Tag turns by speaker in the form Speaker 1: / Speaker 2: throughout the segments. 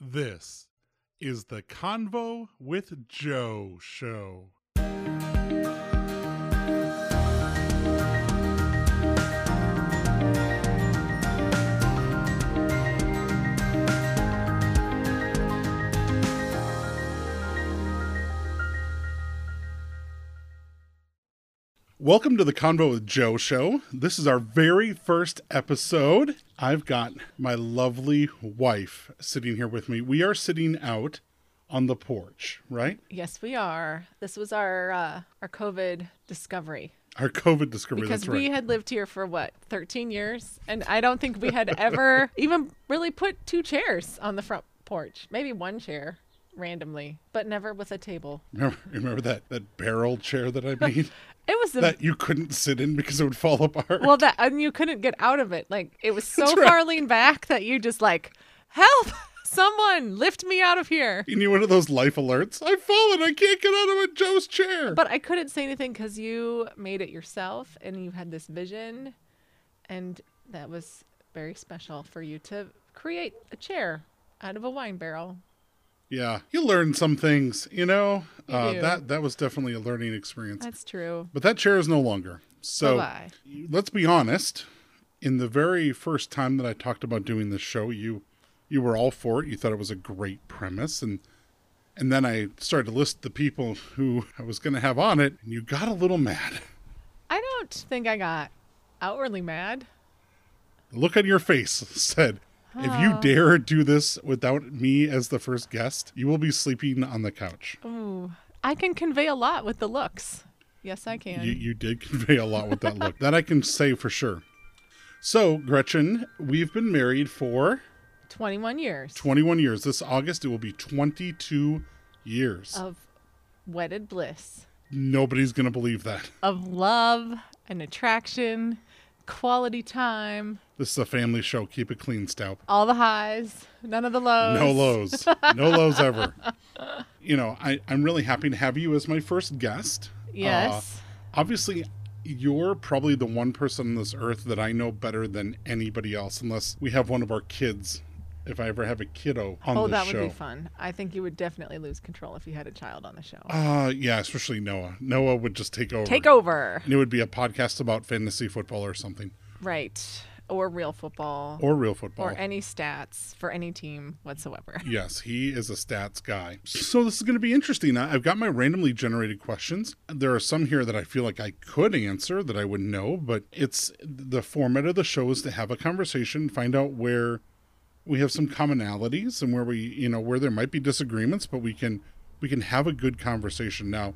Speaker 1: This is the Convo with Joe show. Welcome to the Convo with Joe show. This is our very first episode. I've got my lovely wife sitting here with me. We are sitting out on the porch, right?
Speaker 2: Yes, we are. This was our uh, our COVID discovery
Speaker 1: Our COVID discovery.
Speaker 2: because
Speaker 1: that's right.
Speaker 2: we had lived here for what 13 years, and I don't think we had ever even really put two chairs on the front porch. Maybe one chair randomly, but never with a table.
Speaker 1: remember, remember that that barrel chair that I made
Speaker 2: It was the
Speaker 1: that you couldn't sit in because it would fall apart.
Speaker 2: well that and you couldn't get out of it. Like it was so far leaned back that you just like help someone lift me out of here.
Speaker 1: you need one of those life alerts. I've fallen. I can't get out of a Joe's chair.
Speaker 2: But I couldn't say anything because you made it yourself and you had this vision, and that was very special for you to create a chair out of a wine barrel.
Speaker 1: yeah, you learn some things. You know uh,
Speaker 2: do.
Speaker 1: that that was definitely a learning experience.
Speaker 2: That's true.
Speaker 1: But that chair is no longer. So
Speaker 2: Bye-bye.
Speaker 1: let's be honest. In the very first time that I talked about doing this show, you you were all for it. You thought it was a great premise, and and then I started to list the people who I was going to have on it, and you got a little mad.
Speaker 2: I don't think I got outwardly mad.
Speaker 1: The look on your face said, "If
Speaker 2: Oh.
Speaker 1: you dare do this without me as the first guest, you will be sleeping on the couch."
Speaker 2: Ooh, I can convey a lot with the looks. Yes, I can.
Speaker 1: You, you did convey a lot with that look. that I can say for sure. So, Gretchen, we've been married for
Speaker 2: 21 years
Speaker 1: 21 years. This August, it will be 22 years.
Speaker 2: of wedded bliss,
Speaker 1: Nobody's going to believe that.
Speaker 2: of love and attraction, quality time,
Speaker 1: This is a family show. Keep it clean, Stout.
Speaker 2: all the highs, none of the lows.
Speaker 1: No lows. No lows ever. You know, I, I'm really happy to have you as my first guest.
Speaker 2: Yes.
Speaker 1: Uh, obviously, you're probably the one person on this earth that I know better than anybody else, unless we have one of our kids, if I ever have a kiddo on
Speaker 2: Oh,
Speaker 1: the
Speaker 2: that
Speaker 1: show.
Speaker 2: would be fun. I think you would definitely lose control if you had a child on the show.
Speaker 1: Uh, yeah, especially Noah. Noah would just take over.
Speaker 2: Take over.
Speaker 1: And it would be a podcast about fantasy football or something,
Speaker 2: Right. Or real football.
Speaker 1: or real football.
Speaker 2: Or any stats for any team whatsoever.
Speaker 1: Yes, he is a stats guy. So this is going to be interesting. I- I've got my randomly generated questions. There are some here that I feel like I could answer that I would know, but it's the format of the show is to have a conversation, find out where we have some commonalities and where we, you know, where there might be disagreements, but we can we can have a good conversation now.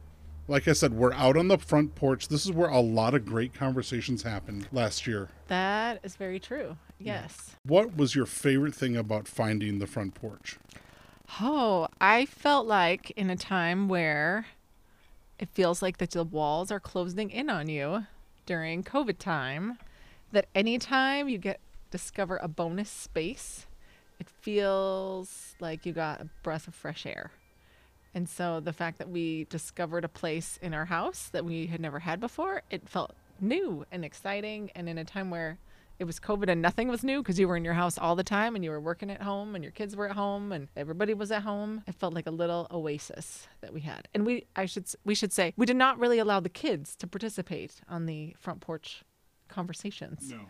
Speaker 1: Like I said, we're out on the front porch. This is where a lot of great conversations happened last year.
Speaker 2: That is very true. Yes.
Speaker 1: What was your favorite thing about finding the front porch?
Speaker 2: Oh, I felt like in a time where it feels like that the walls are closing in on you during COVID time, that anytime you get discover a bonus space, it feels like you got a breath of fresh air. And so the fact that we discovered a place in our house that we had never had before, it felt new and exciting. And in a time where it was COVID and nothing was new because you were in your house all the time and you were working at home and your kids were at home and everybody was at home, it felt like a little oasis that we had. And we, I should, s- we should say, we did not really allow the kids to participate on the front porch conversations.
Speaker 1: No.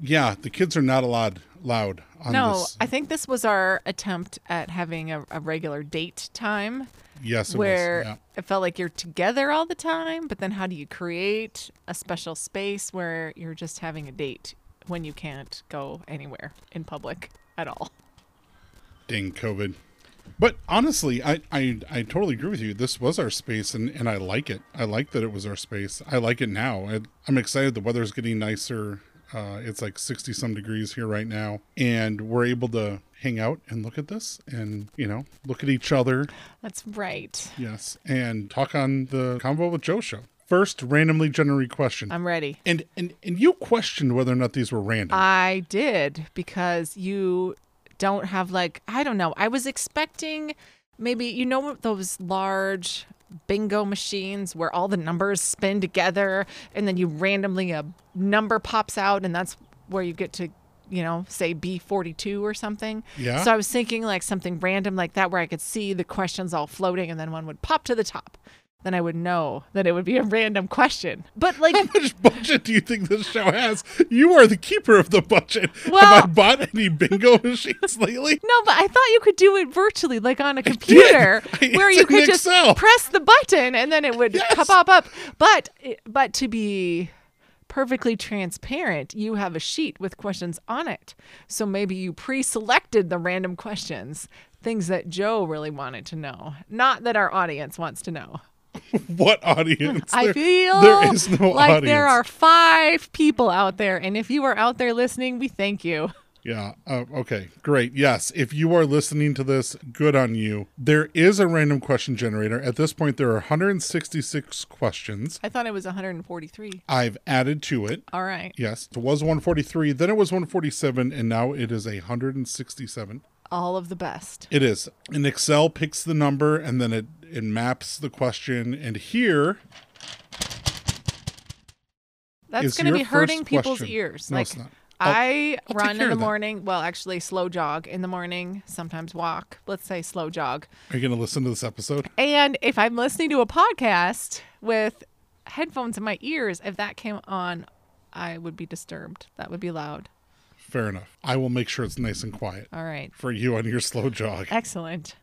Speaker 1: Yeah, the kids are not allowed loud on
Speaker 2: No,
Speaker 1: this. uh,
Speaker 2: I think this was our attempt at having a, a regular date time
Speaker 1: yes, it
Speaker 2: where
Speaker 1: was. Yeah.
Speaker 2: it felt like you're together all the time, but then how do you create a special space where you're just having a date when you can't go anywhere in public at all?
Speaker 1: Dang COVID. But honestly, I, I I totally agree with you. This was our space, and, and I like it. I like that it was our space. I like it now. I, I'm excited. The weather's getting nicer. Uh, it's like 60 some degrees here right now, and we're able to hang out and look at this, and you know, look at each other.
Speaker 2: That's right.
Speaker 1: Yes, and talk on the convo with Joe show. First, randomly generated question,
Speaker 2: I'm ready.
Speaker 1: and and and you questioned whether or not these were random.
Speaker 2: I did because you don't have like I don't know. I was expecting maybe you know what those large bingo machines where all the numbers spin together and then you randomly a number pops out and that's where you get to you know, say B42 or something.
Speaker 1: Yeah.
Speaker 2: So I was thinking like something random like that where I could see the questions all floating and then one would pop to the top. Then I would know that it would be a random question. But like
Speaker 1: How much budget do you think this show has? You are the keeper of the budget.
Speaker 2: Well-
Speaker 1: Have I bought any bingo machines lately?
Speaker 2: No, but I thought you could do it virtually, like on a computer,
Speaker 1: I-
Speaker 2: where
Speaker 1: it's
Speaker 2: you
Speaker 1: in
Speaker 2: could just
Speaker 1: Excel.
Speaker 2: press the button and then it would
Speaker 1: Yes.
Speaker 2: pop up up. But but to be perfectly transparent, you have a sheet with questions on it, so maybe you pre-selected the random questions, things that Joe really wanted to know, not that our audience wants to know.
Speaker 1: What audience?
Speaker 2: I
Speaker 1: There-
Speaker 2: feel
Speaker 1: there is no
Speaker 2: like
Speaker 1: audience.
Speaker 2: there are five people out there, and if you are out there listening, we thank you.
Speaker 1: Yeah. Uh, okay. Great. Yes. If you are listening to this, good on you. There is a random question generator. At this point, there are 166 questions.
Speaker 2: I thought it was 143.
Speaker 1: I've added to it.
Speaker 2: All right.
Speaker 1: Yes. It was 143, then it was 147, and now it is 167.
Speaker 2: all of the best.
Speaker 1: It is. And Excel picks the number and then it, it maps the question. And here
Speaker 2: That's
Speaker 1: is
Speaker 2: going to be
Speaker 1: your first
Speaker 2: hurting people's
Speaker 1: question.
Speaker 2: ears.
Speaker 1: No,
Speaker 2: like
Speaker 1: it's not. I'll-
Speaker 2: I
Speaker 1: I'll take
Speaker 2: run
Speaker 1: care
Speaker 2: in the
Speaker 1: of that.
Speaker 2: morning, well actually slow jog in the morning, sometimes walk, let's say slow jog.
Speaker 1: are you going to listen to this episode?
Speaker 2: And if I'm listening to a podcast with headphones in my ears, if that came on, I would be disturbed. That would be loud.
Speaker 1: Fair enough. I will make sure it's nice and quiet
Speaker 2: All right.
Speaker 1: for you on your slow jog.
Speaker 2: Excellent.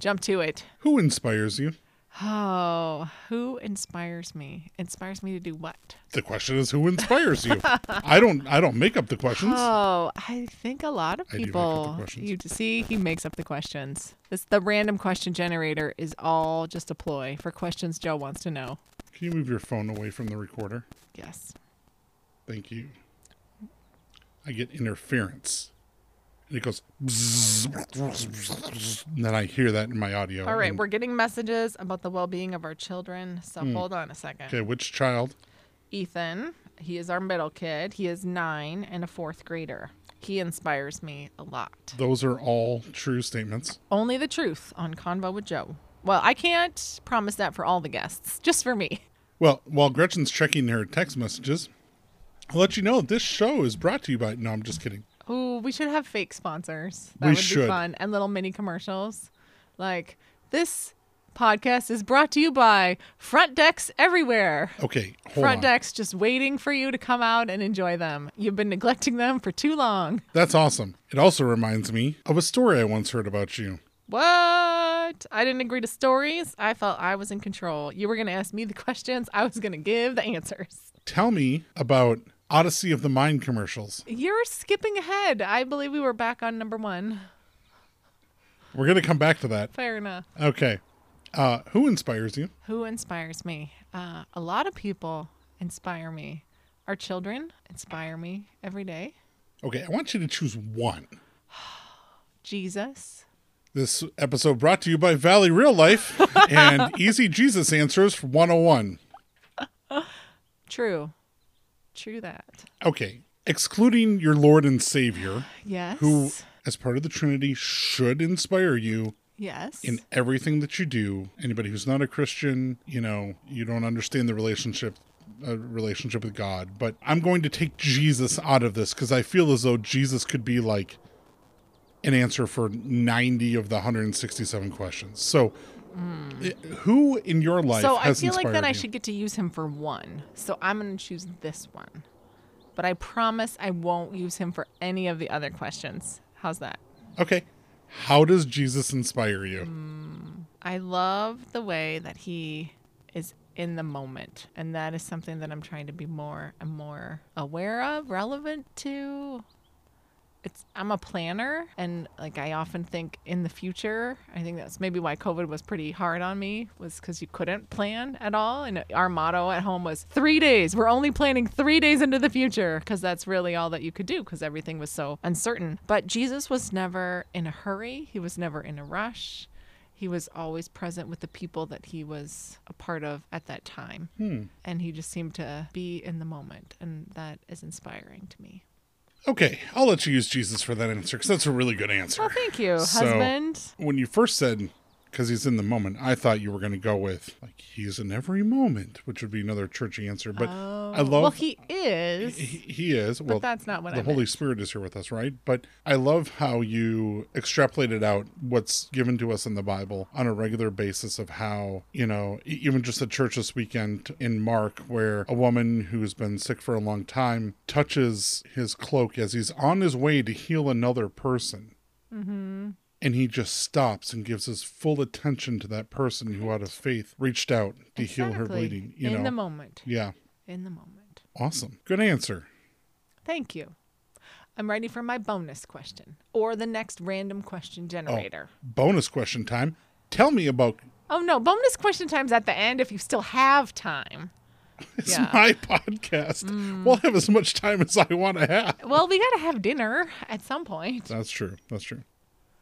Speaker 2: Jump to it.
Speaker 1: Who inspires you?
Speaker 2: Oh, who inspires me? Inspires me to do what?
Speaker 1: The question is who inspires you? I don't I don't make up the questions.
Speaker 2: Oh, I think a lot of
Speaker 1: I do make up the
Speaker 2: people.
Speaker 1: questions.
Speaker 2: You d- see, he makes up the questions. This the random question generator is all just a ploy for questions Joe wants to know.
Speaker 1: Can you move your phone away from the recorder?
Speaker 2: Yes.
Speaker 1: Thank you. I get interference. And it goes bzzz, and then I hear that in my audio.
Speaker 2: All right,
Speaker 1: and-
Speaker 2: we're getting messages about the well-being of our children. So hold on a second.
Speaker 1: Hmm. Okay, which child?
Speaker 2: Ethan, he is our middle kid. He is nine and a fourth grader. He inspires me a lot.
Speaker 1: Those are all true statements.
Speaker 2: Only the truth on Convo with Joe. Well, I can't promise that for all the guests, just for me.
Speaker 1: Well, while Gretchen's checking her text messages, I'll let you know this show is brought to you by. No, I'm just kidding.
Speaker 2: Ooh, we should have fake sponsors. That
Speaker 1: We
Speaker 2: would
Speaker 1: should.
Speaker 2: be fun. And little mini commercials. Like this podcast is brought to you by Front Decks Everywhere.
Speaker 1: Okay, hold
Speaker 2: Front
Speaker 1: on.
Speaker 2: Decks just waiting for you to come out and enjoy them. You've been neglecting them for too long.
Speaker 1: That's awesome. It also reminds me of a story I once heard about you.
Speaker 2: What? I didn't agree to stories. I felt I was in control. You were going to ask me the questions, I was going to give the answers.
Speaker 1: Tell me about Odyssey of the Mind commercials.
Speaker 2: You're skipping ahead. I believe we were back on number one.
Speaker 1: We're going to come back to that.
Speaker 2: Fair enough.
Speaker 1: Okay. Uh, who inspires you?
Speaker 2: Who inspires me? Uh, a lot of people inspire me. Our children inspire me every day.
Speaker 1: Okay, I want you to choose one.
Speaker 2: Jesus.
Speaker 1: This episode brought to you by Valley Real Life and Easy Jesus Answers 101.
Speaker 2: True. True that.
Speaker 1: Okay, excluding your Lord and Savior,
Speaker 2: Yes.
Speaker 1: who, as part of the Trinity, should inspire you
Speaker 2: Yes.
Speaker 1: in everything that you do. Anybody who's not a Christian, you know, you don't understand the relationship uh, relationship with God. But I'm going to take Jesus out of this because I feel as though Jesus could be like an answer for 90 of the 167 questions. So, i- who in your life
Speaker 2: Hmm. so I
Speaker 1: has
Speaker 2: feel like
Speaker 1: inspired
Speaker 2: then I
Speaker 1: you?
Speaker 2: should get to use him for one. So I'm going to choose this one. But I promise I won't use him for any of the other questions. How's that?
Speaker 1: Okay, how does Jesus inspire you?
Speaker 2: Hmm. I love the way that he is in the moment. And that is something that I'm trying to be more and more aware of, relevant to. It's I'm a planner and like I often think in the future. I think that's maybe why COVID was pretty hard on me was cuz you couldn't plan at all and our motto at home was 3 days. We're only planning 3 days into the future cuz that's really all that you could do cuz everything was so uncertain. But Jesus was never in a hurry. He was never in a rush he was always present with the people that he was a part of at that time. And he just seemed to be in the moment. And that is inspiring to me.
Speaker 1: Okay, I'll let you use Jesus for that answer because that's a really good answer.
Speaker 2: Well, thank you,
Speaker 1: So-
Speaker 2: husband.
Speaker 1: when you first said because he's in the moment i thought you were going to go with like he's in every moment which would be another churchy answer but I love
Speaker 2: Oh. well, he is,
Speaker 1: he, he is well
Speaker 2: but that's not what
Speaker 1: the
Speaker 2: I
Speaker 1: Holy
Speaker 2: meant.
Speaker 1: Spirit is here with us, right? But I love how you extrapolated out what's given to us in the Bible on a regular basis of how, you know, e- even just the church this weekend in Mark, where a woman who's been sick for a long time touches his cloak as he's on his way to heal another person.
Speaker 2: Mm-hmm.
Speaker 1: And he just stops and gives his full attention to that person who, out of faith, reached out to heal her
Speaker 2: Exactly.
Speaker 1: bleeding. You
Speaker 2: in
Speaker 1: know,
Speaker 2: the moment.
Speaker 1: yeah,
Speaker 2: In the moment.
Speaker 1: awesome, good answer.
Speaker 2: Thank you. I'm ready for my bonus question or the next random
Speaker 1: Oh.
Speaker 2: question generator.
Speaker 1: Bonus question time. Tell me about
Speaker 2: Oh, no, bonus question time's at the end if you still have time.
Speaker 1: It's
Speaker 2: Yeah. Mm.
Speaker 1: my podcast. We'll have as much time as I want to have.
Speaker 2: Well, we got to have dinner at some point.
Speaker 1: That's true. That's true.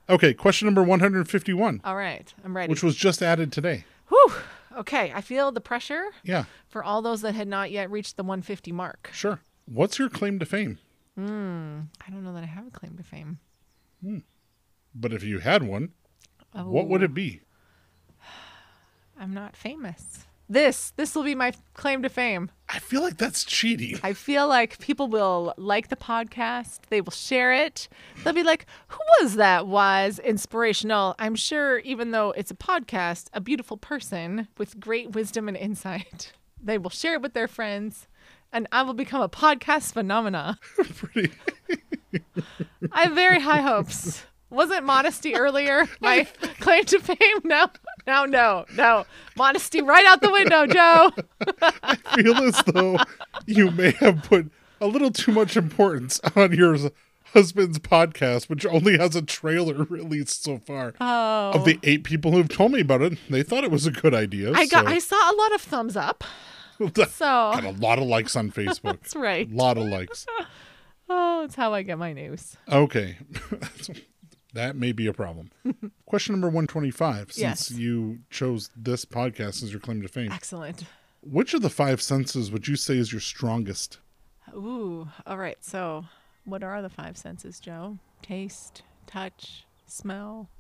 Speaker 1: Okay, question number 151,
Speaker 2: All right, I'm ready.
Speaker 1: which was just added today.
Speaker 2: Whew. Okay, I feel the pressure
Speaker 1: Yeah,
Speaker 2: for all those that had not yet reached the 150 mark.
Speaker 1: sure. What's your claim to fame?
Speaker 2: I don't know that I have a claim to fame.
Speaker 1: But if you had one,
Speaker 2: Oh,
Speaker 1: what would it be?
Speaker 2: I'm not famous. This this will be my claim to fame.
Speaker 1: I feel like that's cheating.
Speaker 2: I feel like people will like the podcast. They will share it. They'll be like, "Who was that? Was inspirational." I'm sure, even though it's a podcast, a beautiful person with great wisdom and insight. They will share it with their friends, and I will become a podcast phenomena.
Speaker 1: Pretty.
Speaker 2: I have very high hopes. Wasn't modesty earlier my claim to fame? No, no, no, no. Modesty right out the window, Joe.
Speaker 1: I feel as though you may have put a little too much importance on your husband's podcast, which only has a trailer released so far.
Speaker 2: Oh.
Speaker 1: Of the eight people who've told me about it, they thought it was a good idea.
Speaker 2: I got.
Speaker 1: so-
Speaker 2: I saw a lot of thumbs up.
Speaker 1: Got
Speaker 2: So
Speaker 1: a lot of likes on Facebook.
Speaker 2: that's right.
Speaker 1: A lot of likes.
Speaker 2: Oh, it's how I get my news.
Speaker 1: Okay. that may be a problem. Question number 125 since
Speaker 2: Yes.
Speaker 1: you chose this podcast as your claim to fame.
Speaker 2: Excellent.
Speaker 1: Which of the five senses would you say is your strongest?
Speaker 2: Ooh. All right. So, what are the five senses, Joe? Taste, touch, smell,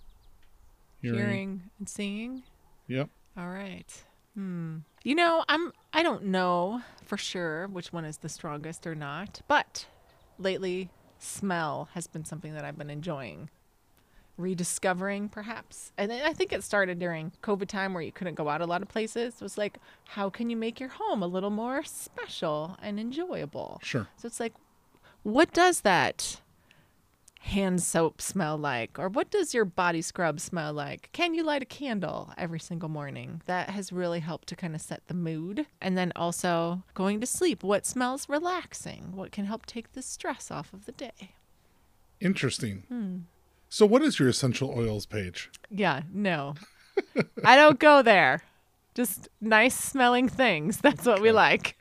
Speaker 2: hearing, and seeing.
Speaker 1: Yep.
Speaker 2: All right. Hmm. You know, I'm I don't know for sure which one is the strongest or not, but lately smell has been something that I've been enjoying. Rediscovering perhaps. And I I think it started during COVID time where you couldn't go out a lot of places. It was like, how can you make your home a little more special and enjoyable?
Speaker 1: Sure.
Speaker 2: So it's like, what does that hand soap smell like? Or what does your body scrub smell like? Can you light a candle every single morning? That has really helped to kind of set the mood. And then also going to sleep. What smells relaxing? What can help take the stress off of the day?
Speaker 1: Interesting.
Speaker 2: Hmm.
Speaker 1: So, what is your essential oils page?
Speaker 2: Yeah, no. I don't go there. Just nice smelling things. That's what we like.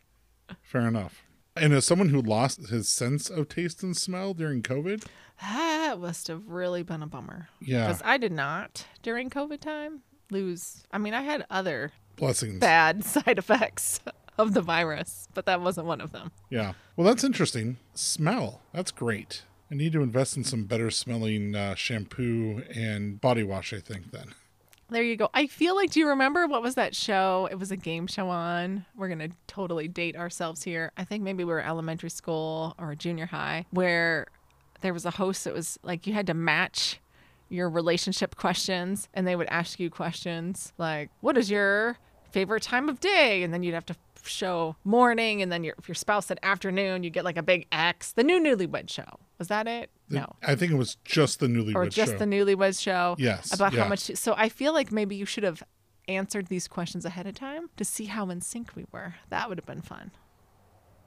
Speaker 1: Fair enough. And as someone who lost his sense of taste and smell during COVID,
Speaker 2: That must have really been a bummer.
Speaker 1: yeah,
Speaker 2: Because I did not during COVID time lose. I mean, I had other
Speaker 1: blessings.
Speaker 2: bad side effects of the virus, but that wasn't one of them.
Speaker 1: Yeah. Well, that's interesting. Smell. That's great. I need to invest in some better smelling uh, shampoo and body wash, I think, then.
Speaker 2: There you go. I feel like, do you remember what was that show? It was a game show on. We're going to totally date ourselves here. I think maybe we were elementary school or junior high, where there was a host that was like, you had to match your relationship questions, and they would ask you questions like, what is your favorite time of day? And then you'd have to show morning, and then your, if your spouse said afternoon, you get like a big X. The new newlywed show. Was that it?
Speaker 1: The-
Speaker 2: No.
Speaker 1: I think it was just the newlywed
Speaker 2: or just
Speaker 1: show.
Speaker 2: the newlyweds show
Speaker 1: Yes,
Speaker 2: about
Speaker 1: yeah.
Speaker 2: how much so i feel like maybe you should have answered these questions ahead of time to see how in sync we were that would have been fun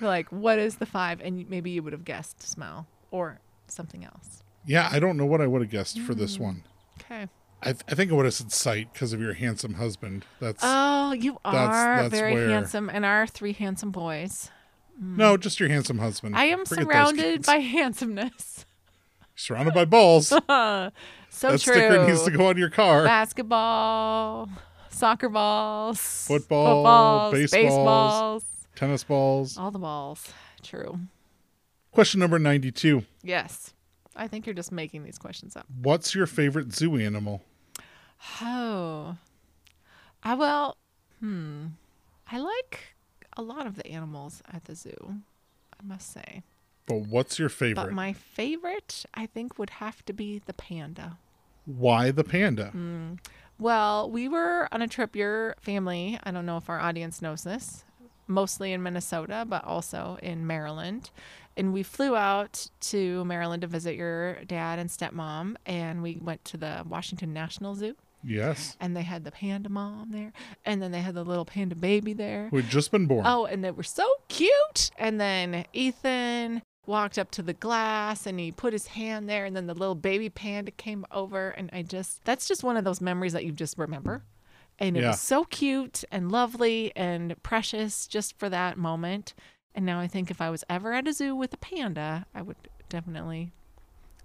Speaker 2: like what is the five and maybe you would have guessed smell or something else
Speaker 1: yeah, I don't know what I would have guessed for
Speaker 2: Mm.
Speaker 1: this one.
Speaker 2: okay
Speaker 1: I, th- I think I would have said sight because of your handsome husband. That's
Speaker 2: oh you are
Speaker 1: that's
Speaker 2: very
Speaker 1: where-
Speaker 2: handsome and our three handsome boys
Speaker 1: no, just your handsome husband.
Speaker 2: i am
Speaker 1: Forget those
Speaker 2: surrounded
Speaker 1: kids.
Speaker 2: by handsomeness
Speaker 1: surrounded by balls. that
Speaker 2: so true
Speaker 1: sticker needs to go on your car.
Speaker 2: basketball soccer balls
Speaker 1: Football,
Speaker 2: footballs,
Speaker 1: baseballs.
Speaker 2: baseballs
Speaker 1: Tennis balls.
Speaker 2: All the balls. True.
Speaker 1: Question number ninety-two.
Speaker 2: Yes. I think you're just making these questions up.
Speaker 1: What's your favorite zoo animal?
Speaker 2: Oh. I well, hmm. I like a lot of the animals at the zoo, I must say.
Speaker 1: But what's your favorite?
Speaker 2: But my favorite, I think, would have to be the panda.
Speaker 1: Why the panda?
Speaker 2: Mm. Well, we were on a trip, your family, I don't know if our audience knows this, mostly in Minnesota, but also in Maryland. And we flew out to Maryland to visit your dad and stepmom, and we went to the Washington National Zoo,
Speaker 1: Yes.
Speaker 2: and they had the panda mom there, and then they had the little panda baby there.
Speaker 1: Who had just been born.
Speaker 2: Oh, and they were so cute. And then Ethan walked up to the glass and he put his hand there, and then the little baby panda came over. And I just, that's just one of those memories that you just remember. And it
Speaker 1: Yeah.
Speaker 2: was so cute and lovely and precious just for that moment. And now I think if I was ever at a zoo with a panda, I would definitely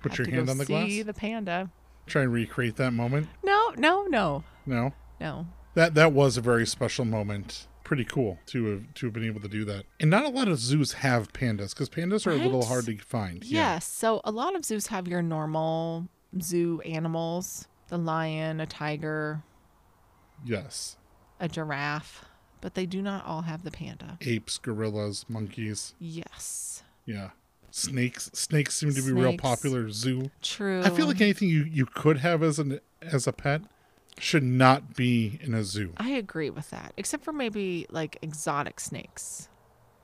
Speaker 1: Put
Speaker 2: have
Speaker 1: your
Speaker 2: to go
Speaker 1: hand on the glass.
Speaker 2: see the panda.
Speaker 1: Try and recreate that moment.
Speaker 2: No, no, no,
Speaker 1: No.
Speaker 2: no.
Speaker 1: That that was a very special moment. Pretty cool to have to have been able to do that. And not a lot of zoos have pandas because pandas are a little
Speaker 2: Right?
Speaker 1: hard to find.
Speaker 2: Yes. So a lot of zoos have your normal zoo animals the lion, a tiger,
Speaker 1: Yeah. Yes.
Speaker 2: a giraffe, but they do not all have the panda.
Speaker 1: Apes, gorillas, monkeys.
Speaker 2: Yes.
Speaker 1: Yeah. Snakes. Snakes seem to be real
Speaker 2: Snakes. Oh.
Speaker 1: popular zoo.
Speaker 2: True.
Speaker 1: I feel like anything you, you could have as an as a pet should not be in a zoo.
Speaker 2: I agree with that, except for maybe like exotic snakes.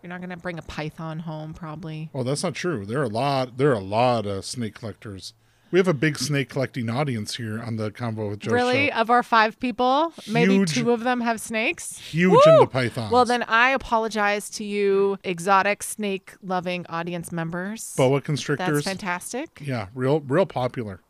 Speaker 2: You're not going to bring a python home, probably.
Speaker 1: Oh, that's not true. There are a lot. There are a lot of snake collectors. We have a big snake collecting audience here on the Convo with Joe
Speaker 2: really?
Speaker 1: show.
Speaker 2: Of our five people, maybe
Speaker 1: Huge-
Speaker 2: two of them have snakes?
Speaker 1: Huge
Speaker 2: Woo!
Speaker 1: into pythons.
Speaker 2: Well, then I apologize to you, exotic snake loving audience members.
Speaker 1: boa
Speaker 2: That's
Speaker 1: constrictors.
Speaker 2: fantastic.
Speaker 1: Yeah, real real popular.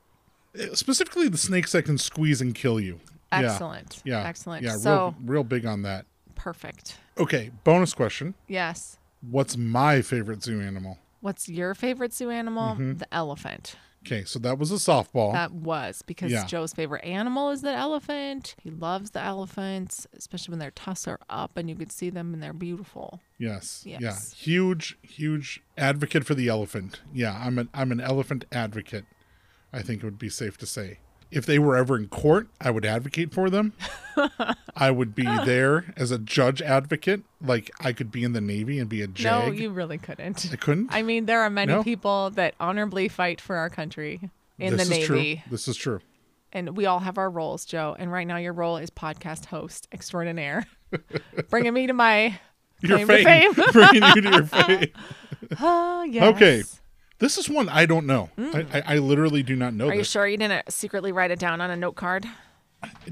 Speaker 1: Uh, Specifically, the snakes that can squeeze and kill you. Yeah.
Speaker 2: Excellent.
Speaker 1: Yeah.
Speaker 2: Excellent.
Speaker 1: Yeah.
Speaker 2: so
Speaker 1: Real, real big on that.
Speaker 2: perfect.
Speaker 1: Okay. Bonus question.
Speaker 2: Yes.
Speaker 1: What's my favorite zoo animal?
Speaker 2: What's your favorite zoo animal?
Speaker 1: Mm-hmm.
Speaker 2: The elephant.
Speaker 1: Okay, so that was a softball.
Speaker 2: That was because
Speaker 1: Yeah.
Speaker 2: Joe's favorite animal is the elephant. He loves the elephants, especially when their tusks are up and you could see them and they're beautiful.
Speaker 1: Yes. Yeah.
Speaker 2: Yes.
Speaker 1: Huge, huge advocate for the elephant. Yeah, I'm an I'm an elephant advocate. I think it would be safe to say. If they were ever in court, I would advocate for them. I would be there as a judge advocate. Like I could be in the Navy and be a jag.
Speaker 2: No, you really couldn't.
Speaker 1: I couldn't.
Speaker 2: I mean, there are many
Speaker 1: No.
Speaker 2: people that honorably fight for our country in
Speaker 1: this
Speaker 2: the
Speaker 1: is
Speaker 2: Navy.
Speaker 1: true. This is true.
Speaker 2: And we all have our roles, Joe. And right now, your role is podcast host extraordinaire, bringing me to my
Speaker 1: Your
Speaker 2: claim to
Speaker 1: fame.
Speaker 2: fame.
Speaker 1: Bringing you to your fame.
Speaker 2: Ah, yes.
Speaker 1: Okay. This is one I don't know. I, I, I literally do not know
Speaker 2: Mm. Are you
Speaker 1: this.
Speaker 2: sure you didn't secretly write it down on a note card?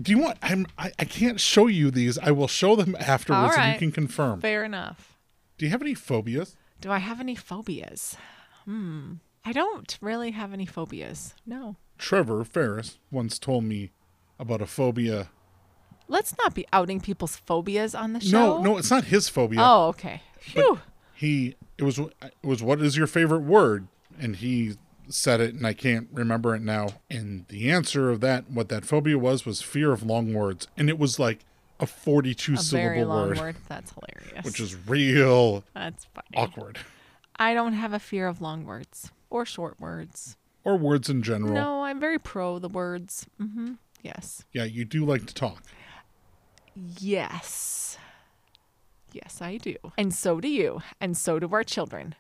Speaker 1: Do you want I'm I, I can't show you these. I will show them afterwards and you
Speaker 2: right.
Speaker 1: can confirm.
Speaker 2: Fair enough.
Speaker 1: Do you have any phobias?
Speaker 2: Do I have any phobias? Hmm. I don't really have any phobias. No.
Speaker 1: Trevor Ferris once told me about a phobia.
Speaker 2: Let's not be outing people's phobias on the show.
Speaker 1: No, no, it's not his phobia.
Speaker 2: Oh, okay. Phew.
Speaker 1: He it was it was what is your favorite word? And he said it and I can't remember it now. And the answer of that what that phobia was was fear of long words. And it was like a 42
Speaker 2: A
Speaker 1: syllable
Speaker 2: very long
Speaker 1: word,
Speaker 2: word. That's hilarious.
Speaker 1: which is real
Speaker 2: That's funny.
Speaker 1: awkward
Speaker 2: I don't have a fear of long words or short words.
Speaker 1: or words in general.
Speaker 2: No, I'm very pro the words. hmm Yes.
Speaker 1: Yeah, you do like to talk.
Speaker 2: Yes. Yes, I do. And so do you. And so do our children.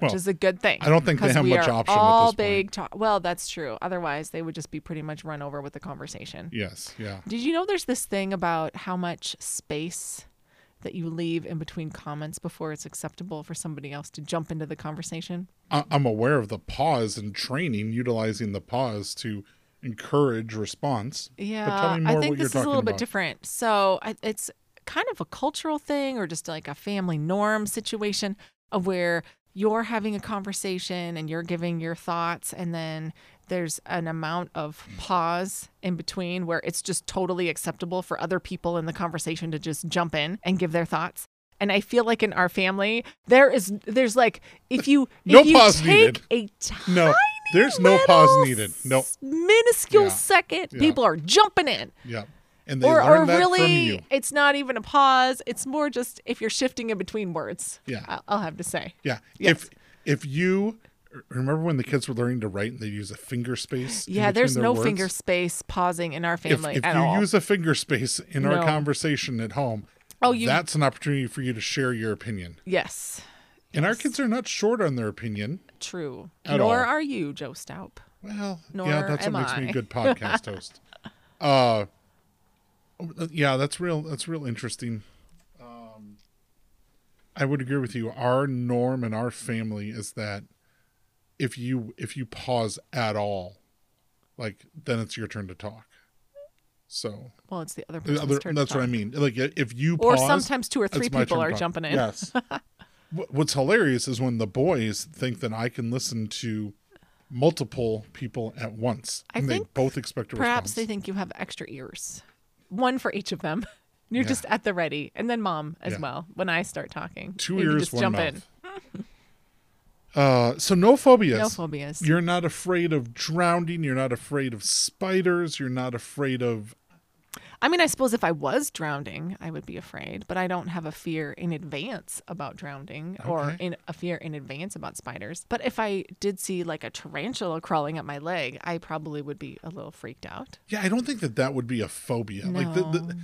Speaker 1: Well,
Speaker 2: which is a good thing.
Speaker 1: I don't think they
Speaker 2: 'cause
Speaker 1: have
Speaker 2: we
Speaker 1: much
Speaker 2: are
Speaker 1: option at
Speaker 2: all
Speaker 1: this point.
Speaker 2: big talk. Well, that's true. Otherwise, they would just be pretty much run over with the conversation.
Speaker 1: yes, yeah.
Speaker 2: Did you know there's this thing about how much space that you leave in between comments before it's acceptable for somebody else to jump into the conversation?
Speaker 1: I- I'm aware of the pause and training, utilizing the pause to encourage response.
Speaker 2: Yeah,
Speaker 1: but tell me
Speaker 2: I
Speaker 1: more
Speaker 2: think
Speaker 1: what you're
Speaker 2: this is a
Speaker 1: talking
Speaker 2: little bit
Speaker 1: about.
Speaker 2: different. So I, it's kind of a cultural thing, or just like a family norm situation, of where you're having a conversation and you're giving your thoughts, and then there's an amount of pause in between where it's just totally acceptable for other people in the conversation to just jump in and give their thoughts. And I feel like in our family, there is there's like if you
Speaker 1: No
Speaker 2: if you
Speaker 1: pause
Speaker 2: take
Speaker 1: needed.
Speaker 2: a tiny
Speaker 1: No, there's no pause
Speaker 2: little
Speaker 1: needed. No,
Speaker 2: s- minuscule
Speaker 1: Yeah.
Speaker 2: second,
Speaker 1: Yeah.
Speaker 2: people are jumping in
Speaker 1: yeah, and they
Speaker 2: or,
Speaker 1: learn
Speaker 2: or
Speaker 1: that
Speaker 2: really,
Speaker 1: from you.
Speaker 2: it's not even a pause. It's more just if you're shifting in between words.
Speaker 1: Yeah.
Speaker 2: I'll, I'll have to say.
Speaker 1: Yeah,
Speaker 2: Yes.
Speaker 1: if if you remember when the kids were learning to write and they use a finger space. in
Speaker 2: Yeah, there's
Speaker 1: between
Speaker 2: no
Speaker 1: their words?
Speaker 2: finger space pausing in our
Speaker 1: If,
Speaker 2: family
Speaker 1: if
Speaker 2: at
Speaker 1: you
Speaker 2: all.
Speaker 1: use a finger space in our
Speaker 2: No.
Speaker 1: conversation at home,
Speaker 2: Oh, you
Speaker 1: That's an opportunity for you to share your opinion.
Speaker 2: yes,
Speaker 1: And our kids are not short on their opinion.
Speaker 2: true.
Speaker 1: At
Speaker 2: Nor
Speaker 1: all.
Speaker 2: are you, Joe Staup.
Speaker 1: Well, yeah,
Speaker 2: Nor
Speaker 1: that's what
Speaker 2: am
Speaker 1: makes me a
Speaker 2: I.
Speaker 1: good podcast host. Uh, oh, yeah, that's real. That's real interesting. Um, I would agree with you. Our norm in our family is that if you if you pause at all, like then it's your turn to talk. So
Speaker 2: Well, it's the other
Speaker 1: the
Speaker 2: person's
Speaker 1: other,
Speaker 2: turn. to
Speaker 1: that's what I
Speaker 2: talk.
Speaker 1: mean. Like if you
Speaker 2: Or
Speaker 1: pause,
Speaker 2: sometimes two or
Speaker 1: it's
Speaker 2: three
Speaker 1: my
Speaker 2: people
Speaker 1: turn
Speaker 2: are
Speaker 1: to talk.
Speaker 2: jumping in.
Speaker 1: Yes. Wh- What's hilarious is when the boys think that I can listen to multiple people at once.
Speaker 2: I
Speaker 1: and they
Speaker 2: think
Speaker 1: both expect a
Speaker 2: Perhaps they
Speaker 1: response.
Speaker 2: think you have extra ears, one for each of them. You're
Speaker 1: Yeah.
Speaker 2: just at the ready, and then mom as
Speaker 1: Yeah.
Speaker 2: well. When I start talking,
Speaker 1: Two
Speaker 2: you can
Speaker 1: ears,
Speaker 2: just
Speaker 1: one
Speaker 2: jump in.
Speaker 1: mouth. Uh, so no phobias.
Speaker 2: No phobias.
Speaker 1: You're not afraid of drowning. You're not afraid of spiders. You're not afraid of.
Speaker 2: I mean, I suppose if I was drowning, I would be afraid, but I don't have a fear in advance about drowning or
Speaker 1: Okay.
Speaker 2: in a fear in advance about spiders. But if I did see like a tarantula crawling up my leg, I probably would be a little freaked out.
Speaker 1: Yeah, I don't think that that would be a phobia. Like the, the,
Speaker 2: No.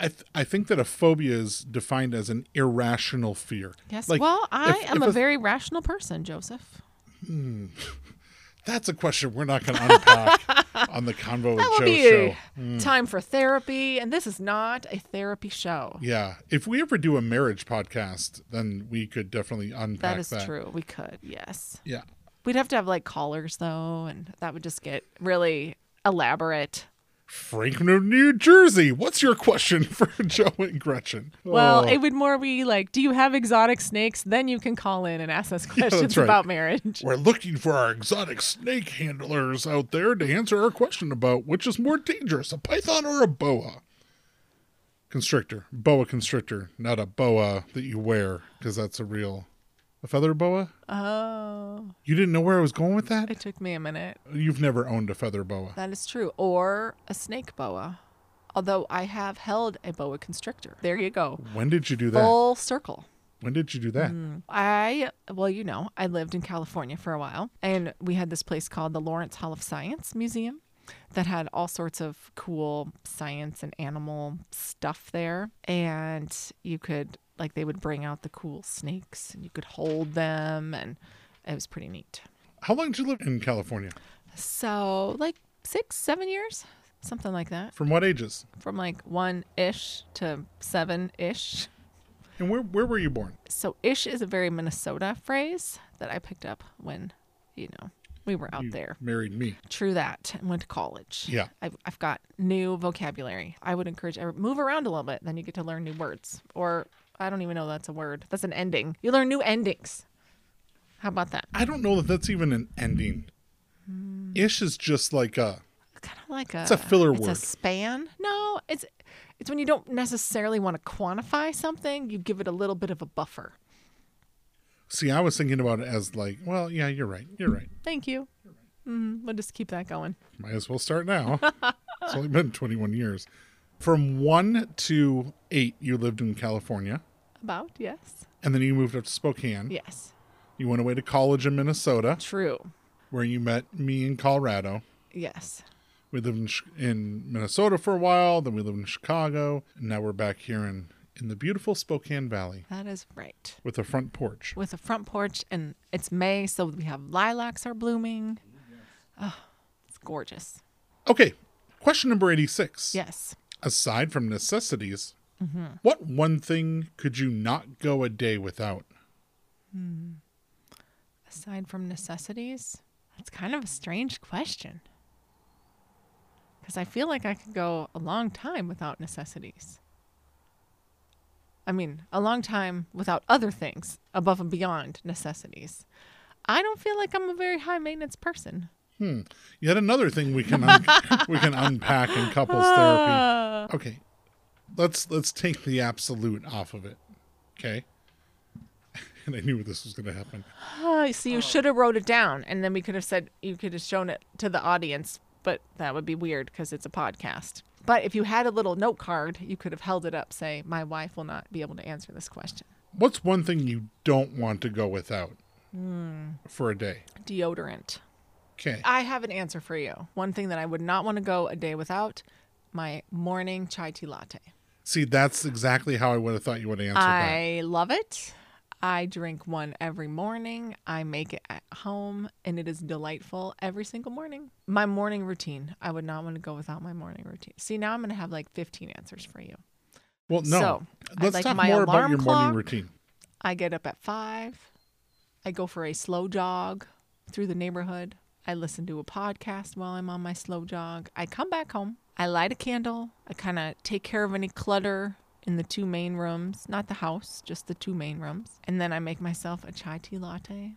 Speaker 1: I, th- I think that a phobia is defined as an irrational fear.
Speaker 2: Yes.
Speaker 1: Like,
Speaker 2: well, I
Speaker 1: if-
Speaker 2: am
Speaker 1: if
Speaker 2: a very rational person, Joseph.
Speaker 1: That's a question we're not going to unpack on the Convo with
Speaker 2: That will
Speaker 1: Joe
Speaker 2: be
Speaker 1: show. Mm.
Speaker 2: time for therapy, and this is not a therapy show.
Speaker 1: Yeah. If we ever do a marriage podcast, then we could definitely unpack
Speaker 2: that is true. We could, yes.
Speaker 1: Yeah.
Speaker 2: We'd have to have like callers though, and that would just get really elaborate.
Speaker 1: Franklin, of New Jersey. What's your question for Joe and Gretchen?
Speaker 2: Well,
Speaker 1: Oh,
Speaker 2: it would more be like, do you have exotic snakes? Then you can call in and ask us
Speaker 1: that's
Speaker 2: questions
Speaker 1: right.
Speaker 2: about marriage.
Speaker 1: we're looking for our exotic snake handlers out there to answer our question about which is more dangerous, a python or a boa constrictor. Boa constrictor, not a boa that you wear because that's a real a feather boa.
Speaker 2: Oh,
Speaker 1: You didn't know where I was going with that.
Speaker 2: it took me a minute.
Speaker 1: You've never owned a feather boa.
Speaker 2: That is true. Or a snake boa. Although I have held a boa constrictor. There you go.
Speaker 1: When did you do that?
Speaker 2: Full circle.
Speaker 1: When did you do that?
Speaker 2: I, well, you know, I lived in California for a while, and we had this place called the Lawrence Hall of Science Museum that had all sorts of cool science and animal stuff there. And you could, like, they would bring out the cool snakes and you could hold them, and it was pretty neat.
Speaker 1: How long did you live in California?
Speaker 2: So, like, six, seven years, something like that,
Speaker 1: From what ages?
Speaker 2: from like one ish to seven ish.
Speaker 1: And where where were you born?
Speaker 2: so ish is a very Minnesota phrase that I picked up when, you know, we were out
Speaker 1: You
Speaker 2: there.
Speaker 1: married me.
Speaker 2: True that. And went to college.
Speaker 1: Hmm. Yeah.
Speaker 2: I've, I've got new vocabulary. I would encourage every- move around a little bit, then you get to learn new words. Or I don't even know that's a word. That's an ending. You learn new endings. How about that?
Speaker 1: I don't know that that's even an ending. Ish is just like a
Speaker 2: Kind of like a
Speaker 1: a filler
Speaker 2: it's a
Speaker 1: word.
Speaker 2: span. No, it's it's when you don't necessarily want to quantify something. You give it a little bit of a buffer.
Speaker 1: see. I was thinking about it as like, well, yeah, you're right. You're right.
Speaker 2: Thank you. Mhm. We'll just keep that going.
Speaker 1: Might as well start now. it's only been 21 years. From one to eight, you lived in California,
Speaker 2: About yes,
Speaker 1: and then you moved up to Spokane.
Speaker 2: yes.
Speaker 1: You went away to college in Minnesota,
Speaker 2: True.
Speaker 1: where you met me in Colorado.
Speaker 2: Yes.
Speaker 1: we lived in, Ch- in Minnesota for a while, then we lived in Chicago, and now we're back here in, in the beautiful Spokane Valley
Speaker 2: That is right.
Speaker 1: with a front porch.
Speaker 2: With a front porch, and it's May, so we have lilacs are blooming. Oh, it's gorgeous.
Speaker 1: Okay, question number 86.
Speaker 2: Yes.
Speaker 1: Aside from necessities,
Speaker 2: Mm-hmm.
Speaker 1: what one thing could you not go a day without?
Speaker 2: Aside from necessities, that's kind of a strange question. Because I feel like I could go a long time without necessities. I mean, a long time without other things above and beyond necessities. I don't feel like I'm a very high maintenance person.
Speaker 1: Yet another thing we can un- we can unpack in couples therapy.
Speaker 2: Uh,
Speaker 1: Okay. Let's let's take the absolute off of it. Okay? And I knew this was going to happen.
Speaker 2: Oh, so you should have wrote it down, and then we could have said you could have shown it to the audience, but that would be weird because it's a podcast. But if you had a little note card, you could have held it up, say, "My wife will not be able to answer this question."
Speaker 1: What's one thing you don't want to go without
Speaker 2: Hmm.
Speaker 1: for a day?
Speaker 2: Deodorant.
Speaker 1: Okay.
Speaker 2: I have an answer for you. One thing that I would not want to go a day without: my morning chai tea latte.
Speaker 1: See, that's exactly how I would have thought you would answer that.
Speaker 2: I love it. I drink one every morning. I make it at home and it is delightful every single morning. My morning routine. I would not want to go without my morning routine. See, now I'm going to have like 15 answers for you.
Speaker 1: Well, no.
Speaker 2: So, I'd
Speaker 1: Let's
Speaker 2: like
Speaker 1: talk
Speaker 2: my
Speaker 1: more about
Speaker 2: alarm
Speaker 1: your morning
Speaker 2: clock.
Speaker 1: routine.
Speaker 2: I get up at five. I go for a slow jog through the neighborhood. I listen to a podcast while I'm on my slow jog. I come back home. I light a candle. I kind of take care of any clutter in the two main rooms, not the house, just the two main rooms. And then I make myself a chai tea latte.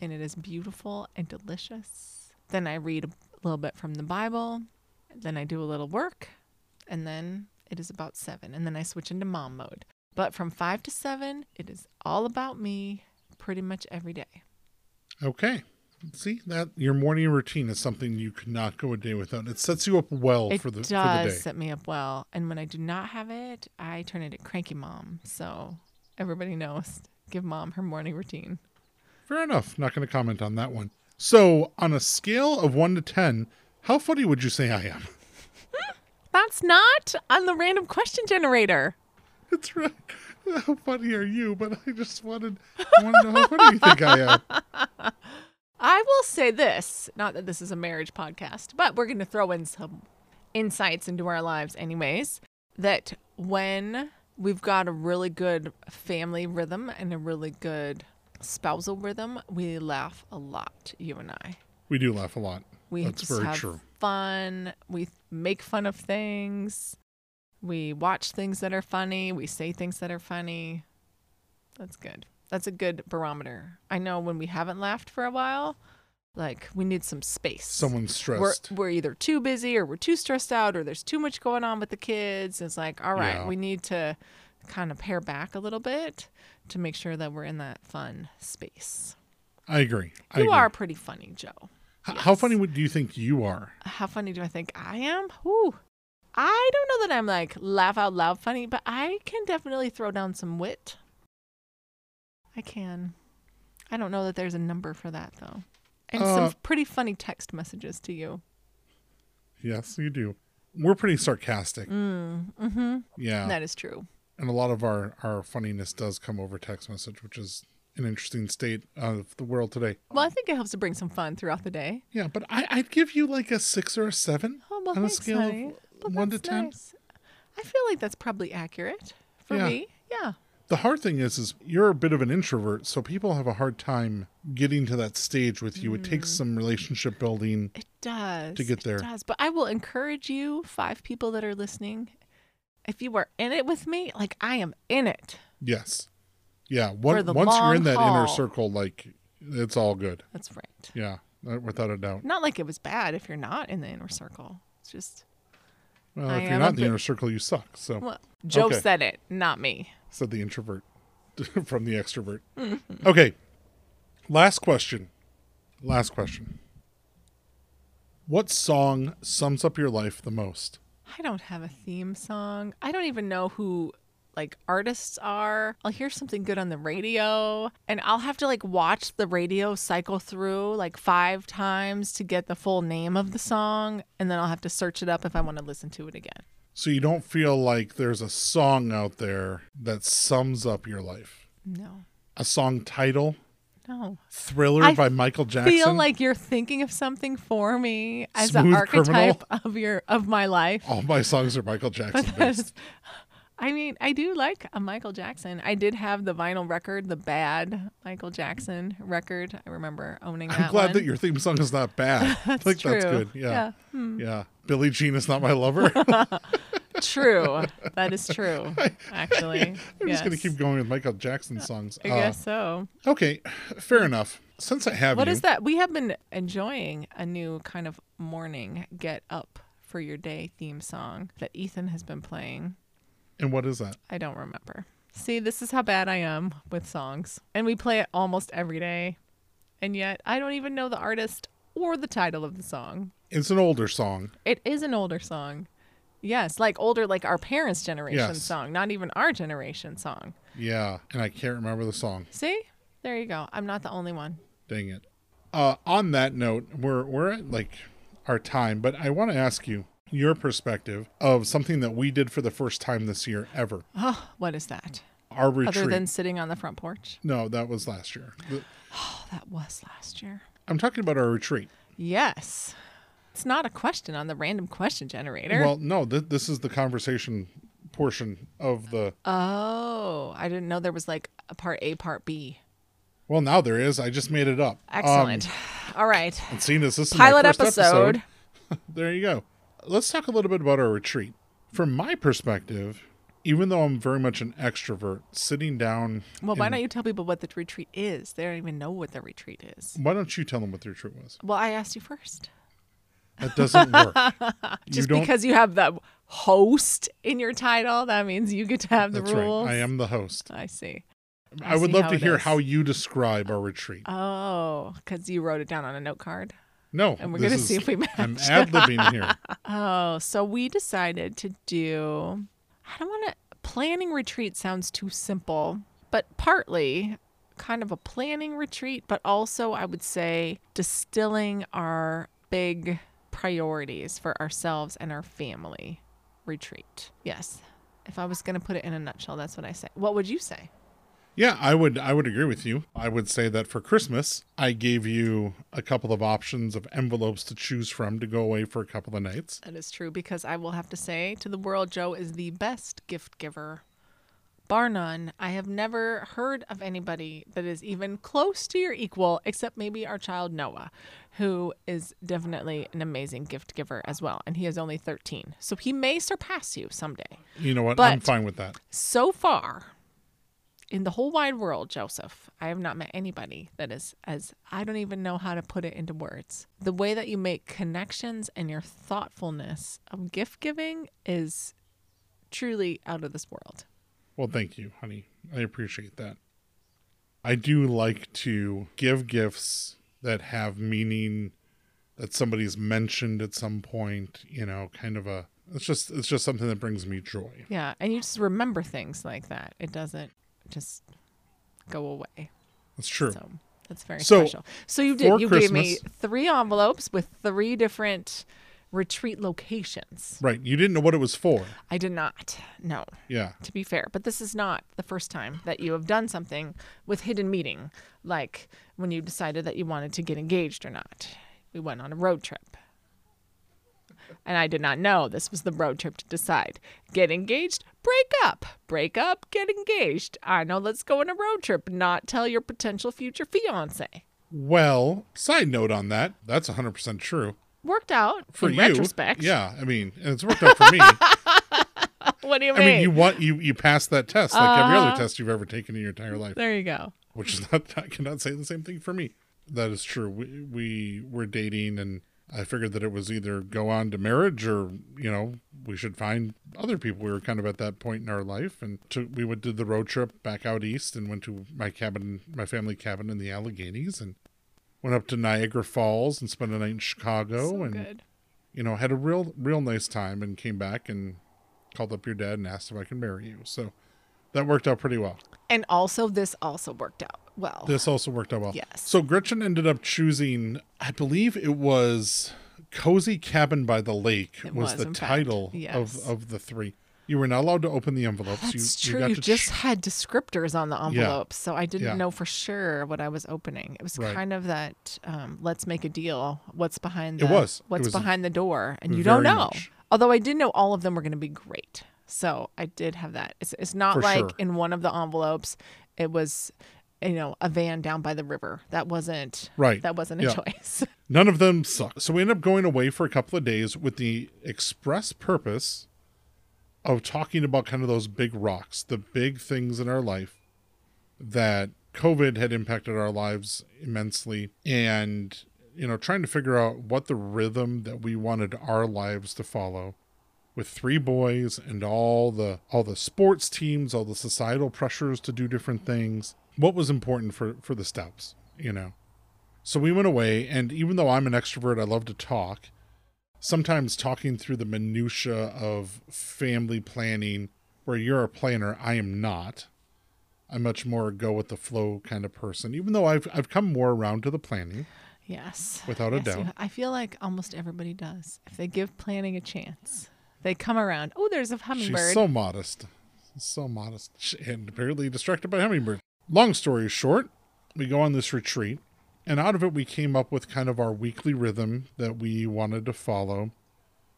Speaker 2: And it is beautiful and delicious. Then I read a little bit from the Bible. Then I do a little work. And then it is about seven. And then I switch into mom mode. But from five to seven, it is all about me pretty much every day.
Speaker 1: Okay. See that your morning routine is something you could not go a day without. It sets you up well
Speaker 2: it
Speaker 1: for the
Speaker 2: does
Speaker 1: for the day.
Speaker 2: set me up well. And when I do not have it, I turn into cranky mom. So everybody knows. Give mom her morning routine.
Speaker 1: Fair enough. Not going to comment on that one. So, on a scale of one to ten, how funny would you say I am?
Speaker 2: That's not on the random question generator.
Speaker 1: That's right. How funny are you? But I just wanted I want to know how funny you think I am.
Speaker 2: I will say this, not that this is a marriage podcast, but we're going to throw in some insights into our lives, anyways. That when we've got a really good family rhythm and a really good spousal rhythm, we laugh a lot, you and I.
Speaker 1: We do laugh a lot.
Speaker 2: We
Speaker 1: That's
Speaker 2: just
Speaker 1: very
Speaker 2: have
Speaker 1: true.
Speaker 2: fun. We make fun of things. We watch things that are funny. We say things that are funny. That's good. That's a good barometer. I know when we haven't laughed for a while, like we need some space.
Speaker 1: Someone's
Speaker 2: we're,
Speaker 1: stressed.
Speaker 2: we're either too busy or we're too stressed out or there's too much going on with the kids. It's like, all right,
Speaker 1: Yeah.
Speaker 2: we need to kind of pare back a little bit to make sure that we're in that fun space.
Speaker 1: I agree. I
Speaker 2: You
Speaker 1: agree.
Speaker 2: are pretty funny, Joe.
Speaker 1: H- How
Speaker 2: yes.
Speaker 1: funny would do you think you are?
Speaker 2: how funny do I think I am? Ooh. I don't know that I'm like laugh out loud funny, but I can definitely throw down some wit. I can. I don't know that there's a number for that though. And
Speaker 1: Uh,
Speaker 2: some pretty funny text messages to you.
Speaker 1: Yes, you do. We're pretty sarcastic.
Speaker 2: Mm, mm-hmm.
Speaker 1: Yeah.
Speaker 2: That is true.
Speaker 1: and a lot of our our funniness does come over text message, which is an interesting state of the world today.
Speaker 2: Well, I think it helps to bring some fun throughout the day.
Speaker 1: Yeah, but I, I'd give you like a six or a seven
Speaker 2: Oh, well,
Speaker 1: on a
Speaker 2: thanks,
Speaker 1: scale
Speaker 2: honey. Well,
Speaker 1: of one to
Speaker 2: that's
Speaker 1: ten.
Speaker 2: nice. I feel like that's probably accurate for
Speaker 1: Yeah.
Speaker 2: me. Yeah.
Speaker 1: The hard thing is, is you're a bit of an introvert, so people have a hard time getting to that stage with you. It takes
Speaker 2: Mm.
Speaker 1: some relationship building.
Speaker 2: It does.
Speaker 1: get
Speaker 2: It
Speaker 1: there.
Speaker 2: does. But I will encourage you, five people that are listening, if you are in it with me, like I am in it.
Speaker 1: Yes, yeah.
Speaker 2: For
Speaker 1: One,
Speaker 2: the
Speaker 1: once you're in
Speaker 2: long
Speaker 1: that inner
Speaker 2: haul.
Speaker 1: circle, like it's all good.
Speaker 2: That's right.
Speaker 1: Yeah, uh, without a doubt.
Speaker 2: Not like it was bad if you're not in the inner circle. It's just,
Speaker 1: Well,
Speaker 2: I
Speaker 1: if you're
Speaker 2: am a
Speaker 1: not in the
Speaker 2: bit-
Speaker 1: inner circle, you suck. So
Speaker 2: well, Joe
Speaker 1: Okay.
Speaker 2: said it, not me.
Speaker 1: said the introvert from the extrovert. okay. Last question. Last question. What song sums up your life the most?
Speaker 2: I don't have a theme song. I don't even know who like artists are. I'll hear something good on the radio and I'll have to like watch the radio cycle through like 5 times to get the full name of the song and then I'll have to search it up if I want to listen to it again.
Speaker 1: So you don't feel like there's a song out there that sums up your life.
Speaker 2: No.
Speaker 1: A song title,
Speaker 2: No.
Speaker 1: Thriller
Speaker 2: I
Speaker 1: by Michael Jackson.
Speaker 2: Feel like you're thinking of something for me as the
Speaker 1: Smooth Oh,
Speaker 2: archetype of your of my life.
Speaker 1: all my songs are Michael Jackson based.
Speaker 2: Because, I mean, I do like a Michael Jackson. I did have the vinyl record, the bad Michael Jackson record. I remember owning that.
Speaker 1: I'm glad
Speaker 2: one.
Speaker 1: that your theme song is not bad. I think that's
Speaker 2: true.
Speaker 1: good. Yeah.
Speaker 2: Yeah. Hmm.
Speaker 1: Yeah. Billie Jean is not my lover.
Speaker 2: True. That is true. Actually,
Speaker 1: I'm just going to
Speaker 2: Yes.
Speaker 1: keep going with Michael Jackson songs.
Speaker 2: I
Speaker 1: Uh,
Speaker 2: guess so.
Speaker 1: Okay, fair enough. Since I have
Speaker 2: Hmm. What
Speaker 1: you,
Speaker 2: is that? We have been enjoying a new kind of morning get up for your day theme song that Ethan has been playing.
Speaker 1: and what is that?
Speaker 2: I don't remember. See, this is how bad I am with songs. And we play it almost every day. And yet, I don't even know the artist or the title of the song.
Speaker 1: It's an older song.
Speaker 2: It is an older song. Yes, like older, like our parents' generation
Speaker 1: Yes.
Speaker 2: song, not even our generation song.
Speaker 1: Yeah, and I can't remember the song.
Speaker 2: See? There you go. I'm not the only one.
Speaker 1: Dang it. Uh, on that note, we're we're at like our time, but I want to ask you: your perspective of something that we did for the first time this year ever.
Speaker 2: Oh, what is that?
Speaker 1: Our retreat.
Speaker 2: Other than sitting on the front porch?
Speaker 1: no, that was last year. The-
Speaker 2: Oh, that was last year.
Speaker 1: I'm talking about our retreat.
Speaker 2: Yes. It's not a question on the random question generator.
Speaker 1: Well, no, th- this is the conversation portion of the.
Speaker 2: oh, I didn't know there was like a part A, part B.
Speaker 1: Well, now there is. I just made it up. Um,
Speaker 2: Excellent. All right.
Speaker 1: and seeing as this is
Speaker 2: Pilot
Speaker 1: my first
Speaker 2: episode.
Speaker 1: there you go. Let's talk a little bit about our retreat. From my perspective, even though I'm very much an extrovert, sitting down.
Speaker 2: Well, why
Speaker 1: and-
Speaker 2: don't you tell people what the retreat is? They don't even know what the retreat is.
Speaker 1: Why don't you tell them what the retreat was?
Speaker 2: Well, I asked you first.
Speaker 1: That doesn't work. you
Speaker 2: Just
Speaker 1: don't.
Speaker 2: because you have the host in your title, that means you get to have the
Speaker 1: that's
Speaker 2: rules.
Speaker 1: right. I uh, am the host.
Speaker 2: I see.
Speaker 1: I, would
Speaker 2: see
Speaker 1: love
Speaker 2: how
Speaker 1: to
Speaker 2: it
Speaker 1: hear
Speaker 2: is.
Speaker 1: how you describe our retreat.
Speaker 2: Oh, because you wrote it down on a note card.
Speaker 1: no,
Speaker 2: and we're
Speaker 1: this
Speaker 2: gonna
Speaker 1: is-
Speaker 2: see if we
Speaker 1: I'm
Speaker 2: match.
Speaker 1: ad libbing here.
Speaker 2: Oh, so we decided to do. I don't want to. Planning retreat sounds too simple, but partly kind of a planning retreat, but also I would say distilling our big priorities for ourselves and our family retreat. Yes. If I was going to put it in a nutshell, that's what I say. What would you say?
Speaker 1: Yeah, I would I would agree with you. I would say that for Christmas, I gave you a couple of options of envelopes to choose from to go away for a couple of nights.
Speaker 2: That is true because I will have to say to the world, Joe is the best gift giver. Bar none. I have never heard of anybody that is even close to your equal, except maybe our child Noah, who is definitely an amazing gift giver as well. And he is only 13. So he may surpass you someday.
Speaker 1: You know what? I'm
Speaker 2: But-
Speaker 1: fine with that.
Speaker 2: So far, in the whole wide world, Joseph, I have not met anybody that is as I don't even know how to put it into words. The way that you make connections and your thoughtfulness of gift giving is truly out of this world.
Speaker 1: Well, thank you, honey. I appreciate that. I do like to give gifts that have meaning that somebody's mentioned at some point, you know, kind of a it's just it's just something that brings me joy.
Speaker 2: Yeah, and you just remember things like that. It doesn't just go away.
Speaker 1: That's true.
Speaker 2: So that's very
Speaker 1: So,
Speaker 2: special. So you did.
Speaker 1: for
Speaker 2: You gave me
Speaker 1: Christmas-
Speaker 2: three envelopes with three different retreat locations.
Speaker 1: Right. You didn't know what it was for.
Speaker 2: I did not. No.
Speaker 1: Yeah.
Speaker 2: to be fair, but this is not the first time that you have done something with hidden meaning, like when you decided that you wanted to get engaged or not. We went on a road trip. And I did not know this was the road trip to decide. Get engaged, break up. Break up, get engaged. I know, let's go on a road trip, not tell your potential future fiance.
Speaker 1: Well, side note on that, that's 100% true.
Speaker 2: Worked out
Speaker 1: For
Speaker 2: in
Speaker 1: you.
Speaker 2: retrospect.
Speaker 1: Yeah, I mean, and it's worked out for me.
Speaker 2: What do you
Speaker 1: I
Speaker 2: mean?
Speaker 1: mean, you want you you passed that test like every
Speaker 2: Uh,
Speaker 1: other test you've ever taken in your entire life,
Speaker 2: there you go.
Speaker 1: which is not I cannot say the same thing for me. That is true. We we were dating and I figured that it was either go on to marriage or, you know, we should find other people. We were kind of at that point in our life and took, we went did the road trip back out east and went to my cabin, my family cabin in the Alleghenies and went up to Niagara Falls and spent a night in Chicago
Speaker 2: So
Speaker 1: and
Speaker 2: good.
Speaker 1: you know, had a real, real nice time and came back and called up your dad and asked if I can marry you. So that worked out pretty well.
Speaker 2: And also, this also worked out well.
Speaker 1: This also worked out well.
Speaker 2: Yes.
Speaker 1: So Gretchen ended up choosing, I believe it was Cozy Cabin by the Lake
Speaker 2: It
Speaker 1: was,
Speaker 2: was,
Speaker 1: the
Speaker 2: in fact.
Speaker 1: title
Speaker 2: Yes.
Speaker 1: of, of the three. You were not allowed to open the envelopes.
Speaker 2: That's
Speaker 1: you,
Speaker 2: true.
Speaker 1: You, got
Speaker 2: You
Speaker 1: to
Speaker 2: just
Speaker 1: ch-
Speaker 2: had descriptors on the envelopes, so I didn't
Speaker 1: Yeah.
Speaker 2: know for sure what I was opening. It was
Speaker 1: Right.
Speaker 2: kind of that um, "let's make a deal." What's behind the
Speaker 1: It was. It
Speaker 2: what's
Speaker 1: was
Speaker 2: behind the door, and you don't
Speaker 1: very
Speaker 2: know.
Speaker 1: much.
Speaker 2: Although I did know all of them were going to be great, so I did have that. It's, it's not
Speaker 1: For
Speaker 2: like
Speaker 1: sure.
Speaker 2: in one of the envelopes, it was you know a van down by the river. That wasn't
Speaker 1: Right.
Speaker 2: That wasn't a
Speaker 1: Yeah.
Speaker 2: choice.
Speaker 1: None of them suck. So we ended up going away for a couple of days with the express purpose of talking about kind of those big rocks, the big things in our life that COVID had impacted our lives immensely and you know trying to figure out what the rhythm that we wanted our lives to follow with three boys and all the all the sports teams, all the societal pressures to do different things. What was important for for the steps, you know? So we went away, and even though I'm an extrovert, I love to talk. Sometimes talking through the minutia of family planning, where you're a planner, I am not. I'm much more a go with the flow kind of person, even though I've I've come more around to the planning.
Speaker 2: Yes.
Speaker 1: Without a
Speaker 2: Yes, you-
Speaker 1: doubt.
Speaker 2: I feel like almost everybody does. If they give planning a chance, they come around. Oh, there's a hummingbird.
Speaker 1: She's so modest. So modest. Sh- And apparently distracted by hummingbirds. Long story short, we go on this retreat, and out of it, we came up with kind of our weekly rhythm that we wanted to follow,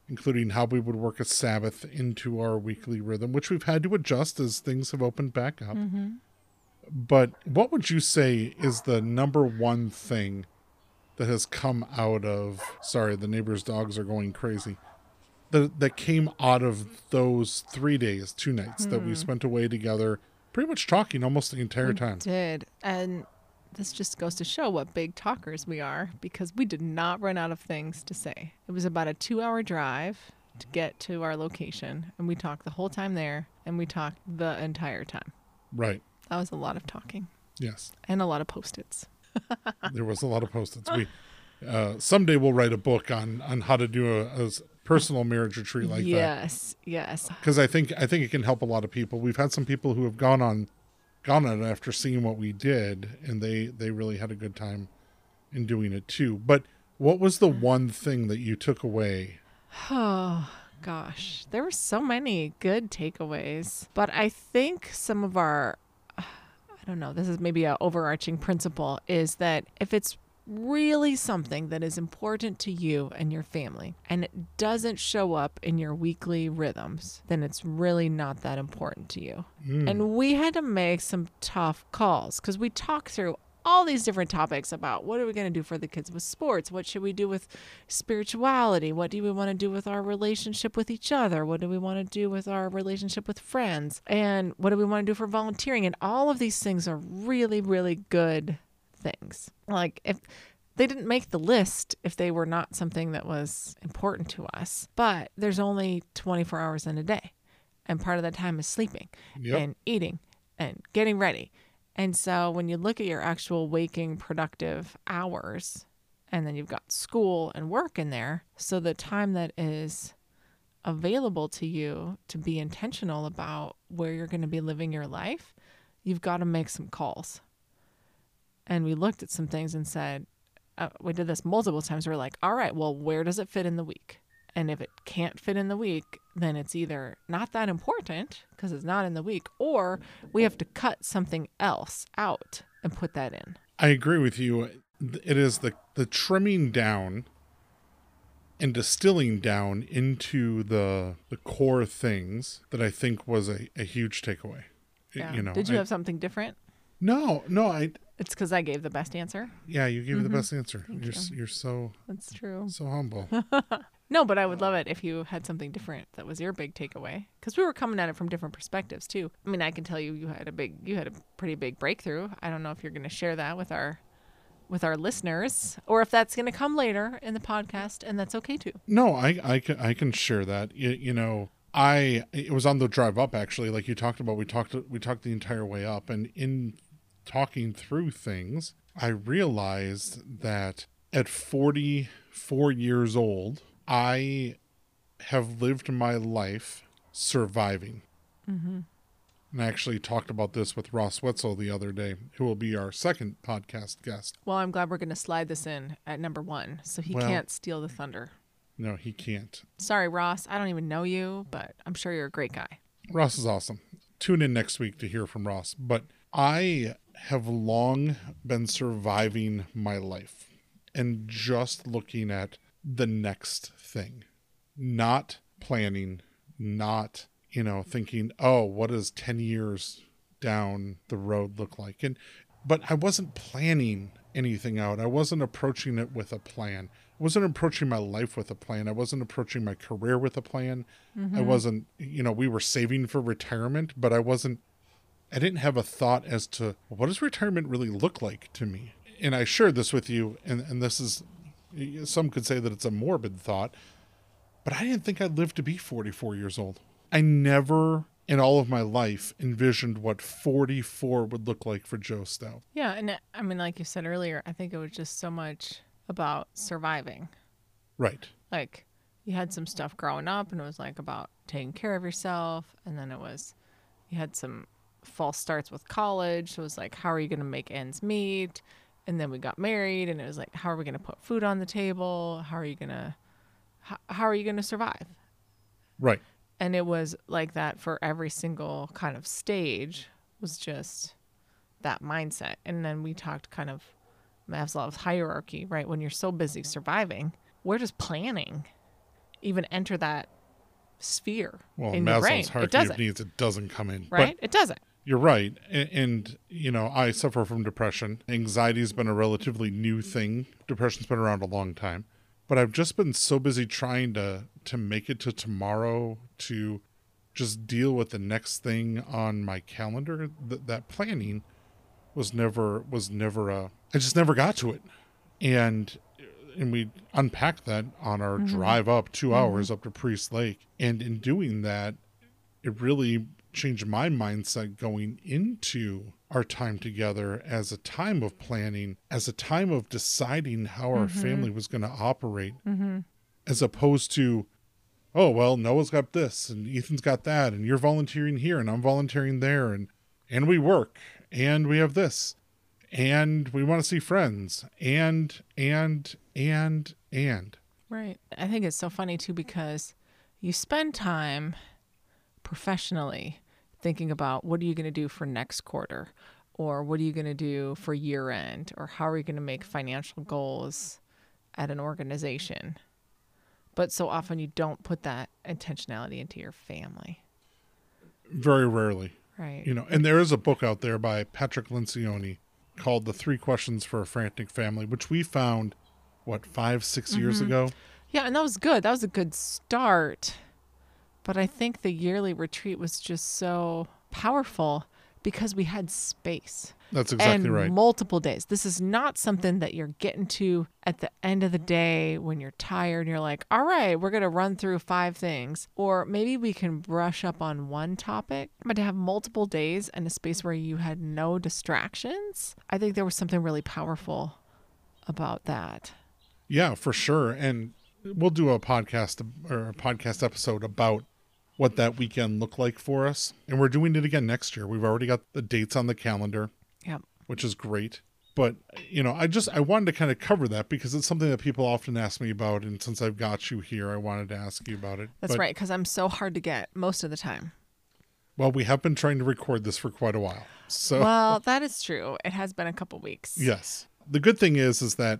Speaker 1: including how we would work a Sabbath into our weekly rhythm, which we've had to adjust as things have opened back up. But what would you say is the number one thing that has come out of, sorry, the neighbor's dogs are going crazy that that came out of those three days, two nights that we spent away together, pretty much talking almost the entire time.
Speaker 2: Did. And this just goes to show what big talkers we are because we did not run out of things to say. It was about a two hour drive to
Speaker 1: Mm-hmm.
Speaker 2: get to our location, and we talked the whole time there, and we talked the entire time.
Speaker 1: Right.
Speaker 2: That was a lot of talking
Speaker 1: Yes.
Speaker 2: and a lot of post its.
Speaker 1: There was a lot of post-its. We uh, someday we'll write a book on on how to do a, a s- personal marriage retreat like that
Speaker 2: yes, yes.
Speaker 1: because I think I think it can help a lot of people. We've had some people who have gone on gone on it after seeing what we did, and they they really had a good time in doing it too. But what was the
Speaker 2: Mm-hmm.
Speaker 1: one thing that you took away
Speaker 2: Oh, gosh. There were so many good takeaways. But I think some of our, I don't know, this is maybe an overarching principle is that if it's really something that is important to you and your family and it doesn't show up in your weekly rhythms, then it's really not that important to you. And we had to make some tough calls because we talked through all these different topics about what are we going to do for the kids with sports? What should we do with spirituality? What do we want to do with our relationship with each other? What do we want to do with our relationship with friends? And what do we want to do for volunteering? And all of these things are really, really good things. Like if they didn't make the list if they were not something that was important to us, but there's only 24 hours in a day. And part of that time is sleeping
Speaker 1: Yep.
Speaker 2: and eating and getting ready. And so when you look at your actual waking productive hours, and then you've got school and work in there, so the time that is available to you to be intentional about where you're going to be living your life, you've got to make some calls. And we looked at some things and said, uh, we did this multiple times. We are like, all right, well, where does it fit in the week? And if it can't fit in the week, then it's either not that important because it's not in the week, or we have to cut something else out and put that in.
Speaker 1: I agree with you. It is the the trimming down and distilling down into the the core things that I think was a, a huge takeaway.
Speaker 2: Yeah.
Speaker 1: You know,
Speaker 2: did you
Speaker 1: I-
Speaker 2: have something different?
Speaker 1: no, no, I
Speaker 2: It's because I gave the best answer.
Speaker 1: yeah, you gave
Speaker 2: Mm-hmm.
Speaker 1: the best answer. You're s you're so
Speaker 2: That's true.
Speaker 1: so humble.
Speaker 2: No, but I would love it if you had something different that was your big takeaway because we were coming at it from different perspectives too. I mean, I can tell you you had a big you had a pretty big breakthrough. I don't know if you're going to share that with our with our listeners or if that's going to come later in the podcast and that's okay too.
Speaker 1: No, I I can I can share that. You, you know, I it was on the drive up actually, like you talked about. We talked we talked the entire way up, and in talking through things, I realized that at 44 years old, I have lived my life surviving. And I actually talked about this with Ross Wetzel the other day, who will be our second podcast guest.
Speaker 2: Well, I'm glad we're going to slide this in at number 1 so he
Speaker 1: Well-
Speaker 2: can't steal the thunder.
Speaker 1: No, he can't.
Speaker 2: Sorry, Ross, I don't even know you, but I'm sure you're a great guy.
Speaker 1: Ross is awesome. Tune in next week to hear from Ross. But I have long been surviving my life and just looking at the next thing, not planning, not, you know, thinking, oh, what does 10 years down the road look like? And, but I wasn't planning anything out. I wasn't approaching it with a plan. I wasn't approaching my life with a plan. I wasn't approaching my career with a plan. I wasn't, you know, we were saving for retirement, but I wasn't, I didn't have a thought as to what does retirement really look like to me. And I shared this with you, and, and this is, some could say that it's a morbid thought, but I didn't think I'd live to be 44 years old. I never in all of my life envisioned what 44 would look like for Joe Stout.
Speaker 2: Yeah, and I- I mean like you said earlier, I think it was just so much about surviving.
Speaker 1: Right.
Speaker 2: like you had some stuff growing up and it was like about taking care of yourself and then it was you had some false starts with college so it was like how are you going to make ends meet and then we got married and it was like how are we going to put food on the table how are you going to how, how are you going to survive
Speaker 1: Right.
Speaker 2: and it was like that for every single kind of stage was just that mindset and then we talked kind of maslow's hierarchy right when you're so busy surviving where does planning even enter that sphere
Speaker 1: Well,
Speaker 2: in your brain
Speaker 1: Maslow's
Speaker 2: it
Speaker 1: hierarchy of
Speaker 2: doesn't
Speaker 1: needs it doesn't come in. But
Speaker 2: right it doesn't
Speaker 1: You're right. A- And, you know, I suffer from depression. Anxiety's been a relatively new thing. Depression's been around a long time. But I've just been so busy trying to to make it to tomorrow to just deal with the next thing on my calendar that that planning was never was never a I just never got to it. And and we unpacked that on our drive up 2 hours up to Priest Lake. And in doing that, it really changed my mindset going into our time together as a time of planning, as a time of deciding how our family was going to operate, as opposed to, oh, well, Noah's got this and Ethan's got that, and you're volunteering here and I'm volunteering there, and, and we work and we have this and we want to see friends and, and, and, and.
Speaker 2: Right. I think it's so funny too because you spend time professionally thinking about what are you going to do for next quarter or what are you going to do for year end or how are you going to make financial goals at an organization. But so often you don't put that intentionality into your family.
Speaker 1: Very rarely.
Speaker 2: Right.
Speaker 1: you know and there is a book out there by patrick lencioni called the three questions for a frantic family which we found what five six
Speaker 2: Mm-hmm.
Speaker 1: years ago
Speaker 2: Yeah, and that was good. That was a good start. But I think the yearly retreat was just so powerful because we had space.
Speaker 1: that's exactly
Speaker 2: and
Speaker 1: right
Speaker 2: multiple days. This is not something that you're getting to at the end of the day when you're tired and you're like, all right, we're going to run through five things. Or maybe we can brush up on one topic, but to have multiple days and a space where you had no distractions, I think there was something really powerful about that.
Speaker 1: yeah for sure and we'll do a podcast or a podcast episode about what that weekend looked like for us and we're doing it again next year we've already got the dates on the calendar
Speaker 2: Yeah.
Speaker 1: which is great. But you know, I just I wanted to kind of cover that because it's something that people often ask me about, and since I've got you here, I wanted to ask you about it.
Speaker 2: That's
Speaker 1: But-
Speaker 2: right. Because I'm so hard to get most of the time.
Speaker 1: Well, we have been trying to record this for quite a while. So,
Speaker 2: Well, that is true. It has been a couple weeks.
Speaker 1: yes. The good thing is is that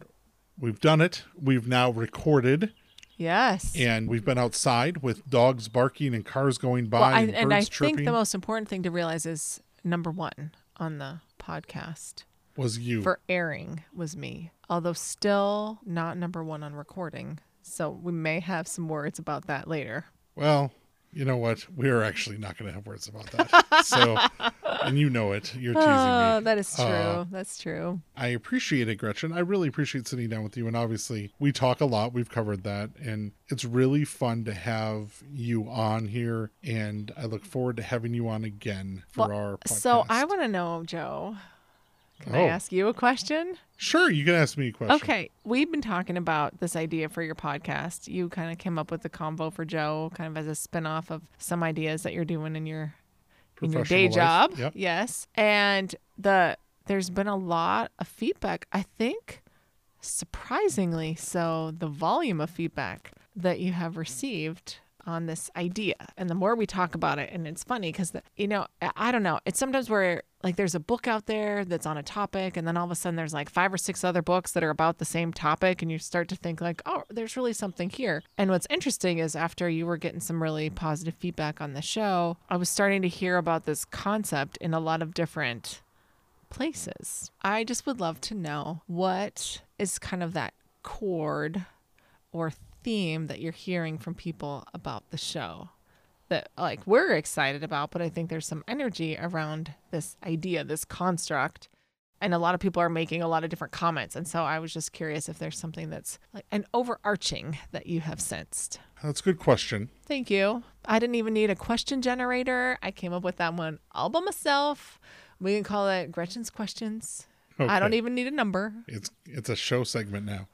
Speaker 1: we've done it. We've now recorded
Speaker 2: Yes.
Speaker 1: and we've been outside with dogs barking and cars going by
Speaker 2: Well, I,
Speaker 1: and,
Speaker 2: and I
Speaker 1: birds chirping.
Speaker 2: think the most important thing to realize is number one on the podcast
Speaker 1: was you.
Speaker 2: for airing was me, although still not number one on recording. So we may have some words about that later.
Speaker 1: well, you know what? We are actually not going to have words about that. so, and you know it. You're teasing me.
Speaker 2: Oh, that is true.
Speaker 1: Uh,
Speaker 2: That's true.
Speaker 1: I appreciate it, Gretchen. I really appreciate sitting down with you. And obviously, we talk a lot. We've covered that. And it's really fun to have you on here. And I look forward to having you on again for
Speaker 2: Well,
Speaker 1: our podcast.
Speaker 2: So I want to know, Joe. Can I
Speaker 1: Oh.
Speaker 2: ask you a question?
Speaker 1: Sure, you can ask me a question.
Speaker 2: Okay, we've been talking about this idea for your podcast. You kind of came up with the combo for Joe, kind of as a spin-off of some ideas that you're doing in your in your
Speaker 1: Professional
Speaker 2: day
Speaker 1: life.
Speaker 2: job.
Speaker 1: Yep.
Speaker 2: Yes, and the there's been a lot of feedback. I think surprisingly, so the volume of feedback that you have received on this idea, and the more we talk about it, and it's funny because you know I, I don't know. It's sometimes where like there's a book out there that's on a topic, and then all of a sudden there's like five or six other books that are about the same topic, and you start to think like, oh, there's really something here. And what's interesting is after you were getting some really positive feedback on the show, I was starting to hear about this concept in a lot of different places. I just would love to know what is kind of that chord or theme that you're hearing from people about the show that like we're excited about, but I think there's some energy around this idea, this construct. And a lot of people are making a lot of different comments. And so I was just curious if there's something that's like an overarching that you have sensed.
Speaker 1: That's a good question.
Speaker 2: Thank you. I didn't even need a question generator. I came up with that one all by myself. We can call it Gretchen's Questions. I don't
Speaker 1: Okay.
Speaker 2: even need a number.
Speaker 1: It's it's a show segment now.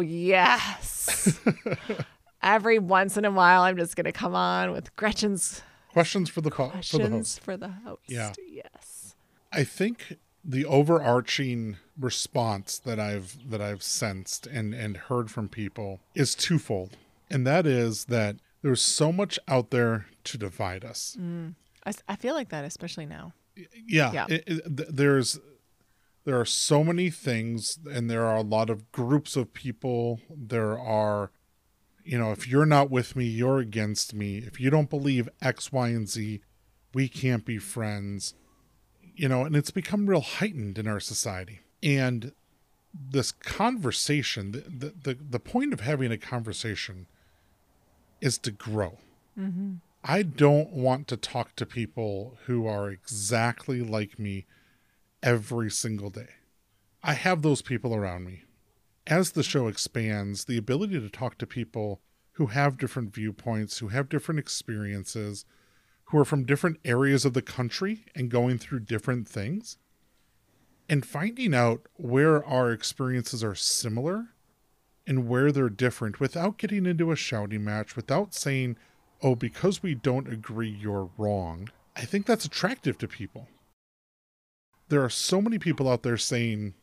Speaker 2: yes. Every once in a while, I'm just going to come on with Gretchen's
Speaker 1: Questions for the po- for the host.
Speaker 2: Questions for the host.
Speaker 1: Yeah.
Speaker 2: Yes.
Speaker 1: I think the overarching response that I've that I've sensed and and heard from people is twofold. And that is that there's so much out there to divide us.
Speaker 2: I, s- I feel like that, especially now.
Speaker 1: Yeah,
Speaker 2: Yeah.
Speaker 1: it- it- th- there's there are so many things and there are a lot of groups of people. There are you know, if you're not with me, you're against me. If you don't believe X, Y, and Z, we can't be friends. You know, and it's become real heightened in our society. And this conversation, the the, the, the point of having a conversation is to grow. I don't want to talk to people who are exactly like me every single day. I have those people around me. As the show expands, the ability to talk to people who have different viewpoints, who have different experiences, who are from different areas of the country and going through different things, and finding out where our experiences are similar and where they're different without getting into a shouting match, without saying, oh, because we don't agree, you're wrong. I think that's attractive to people. There are so many people out there saying,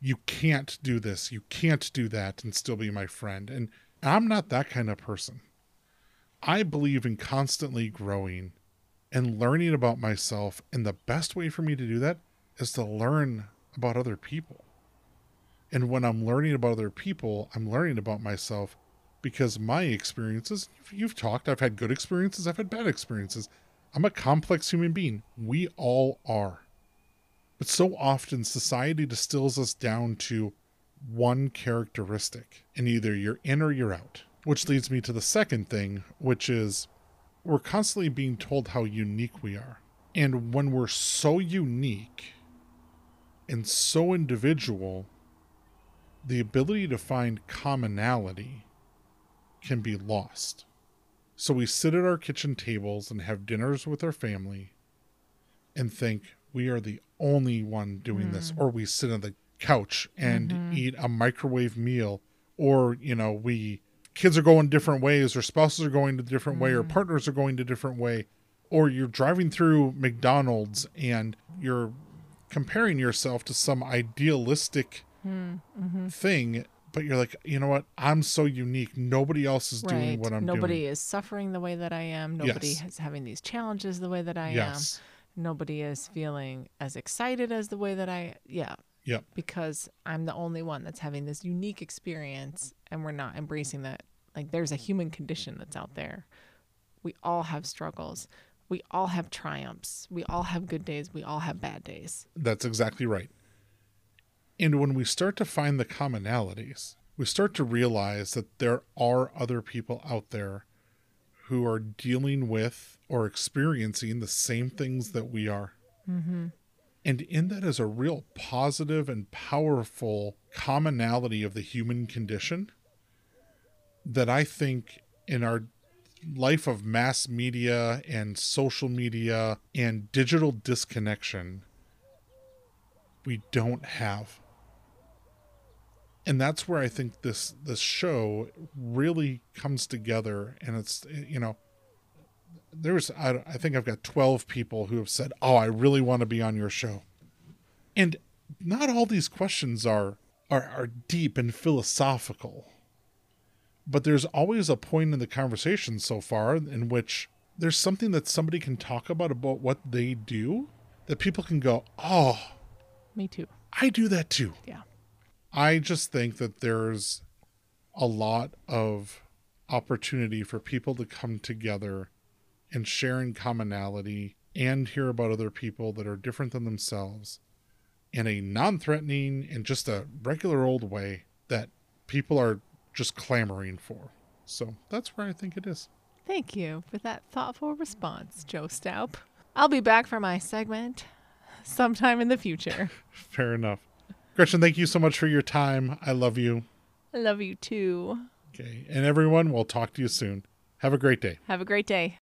Speaker 1: you can't do this, you can't do that, and still be my friend. And I'm not that kind of person. I believe in constantly growing and learning about myself. And the best way for me to do that is to learn about other people. And when I'm learning about other people, I'm learning about myself because my experiences, you've- you've talked, I've had good experiences, I've had bad experiences. I'm a complex human being. We all are. But so often society distills us down to one characteristic, and either you're in or you're out. Which leads me to the second thing, which is we're constantly being told how unique we are. And when we're so unique and so individual, the ability to find commonality can be lost. So we sit at our kitchen tables and have dinners with our family and think we are the only one doing this, or we sit on the couch and eat a microwave meal, or, you know, we kids are going different ways, or spouses are going a different way, or partners are going a different way, or you're driving through McDonald's and you're comparing yourself to some idealistic thing but you're like you know what i'm so unique nobody else is doing what i'm
Speaker 2: Nobody
Speaker 1: doing
Speaker 2: is suffering the way that I am. Nobody
Speaker 1: Yes.
Speaker 2: is having these challenges the way that I
Speaker 1: yes
Speaker 2: am. Nobody is feeling as excited as the way that I yeah,
Speaker 1: yep
Speaker 2: because I'm the only one that's having this unique experience and we're not embracing that. Like there's a human condition that's out there. We all have struggles. We all have triumphs. We all have good days. We all have bad days.
Speaker 1: That's exactly right. And when we start to find the commonalities, we start to realize that there are other people out there who are dealing with or experiencing the same things that we are. And in that is a real positive and powerful commonality of the human condition that I think in our life of mass media and social media and digital disconnection, we don't have. And that's where I think this this show really comes together and it's you know there's I, I think I've got 12 people who have said, "Oh, I really want to be on your show." And not all these questions are are, are deep and philosophical. But there's always a point in the conversation so far in which there's something that somebody can talk about about what they do that people can go, "Oh,
Speaker 2: Me too.
Speaker 1: I do that too.
Speaker 2: Yeah.
Speaker 1: I just think that there's a lot of opportunity for people to come together and share in commonality and hear about other people that are different than themselves in a non threatening and just a regular old way that people are just clamoring for. So that's where I think it is.
Speaker 2: Thank you for that thoughtful response, Joe Staup. I'll be back for my segment sometime in the future.
Speaker 1: Fair enough. Gretchen, thank you so much for your time. I love you.
Speaker 2: I love you too.
Speaker 1: Okay. And everyone, we'll talk to you soon. Have a great day.
Speaker 2: Have a great day.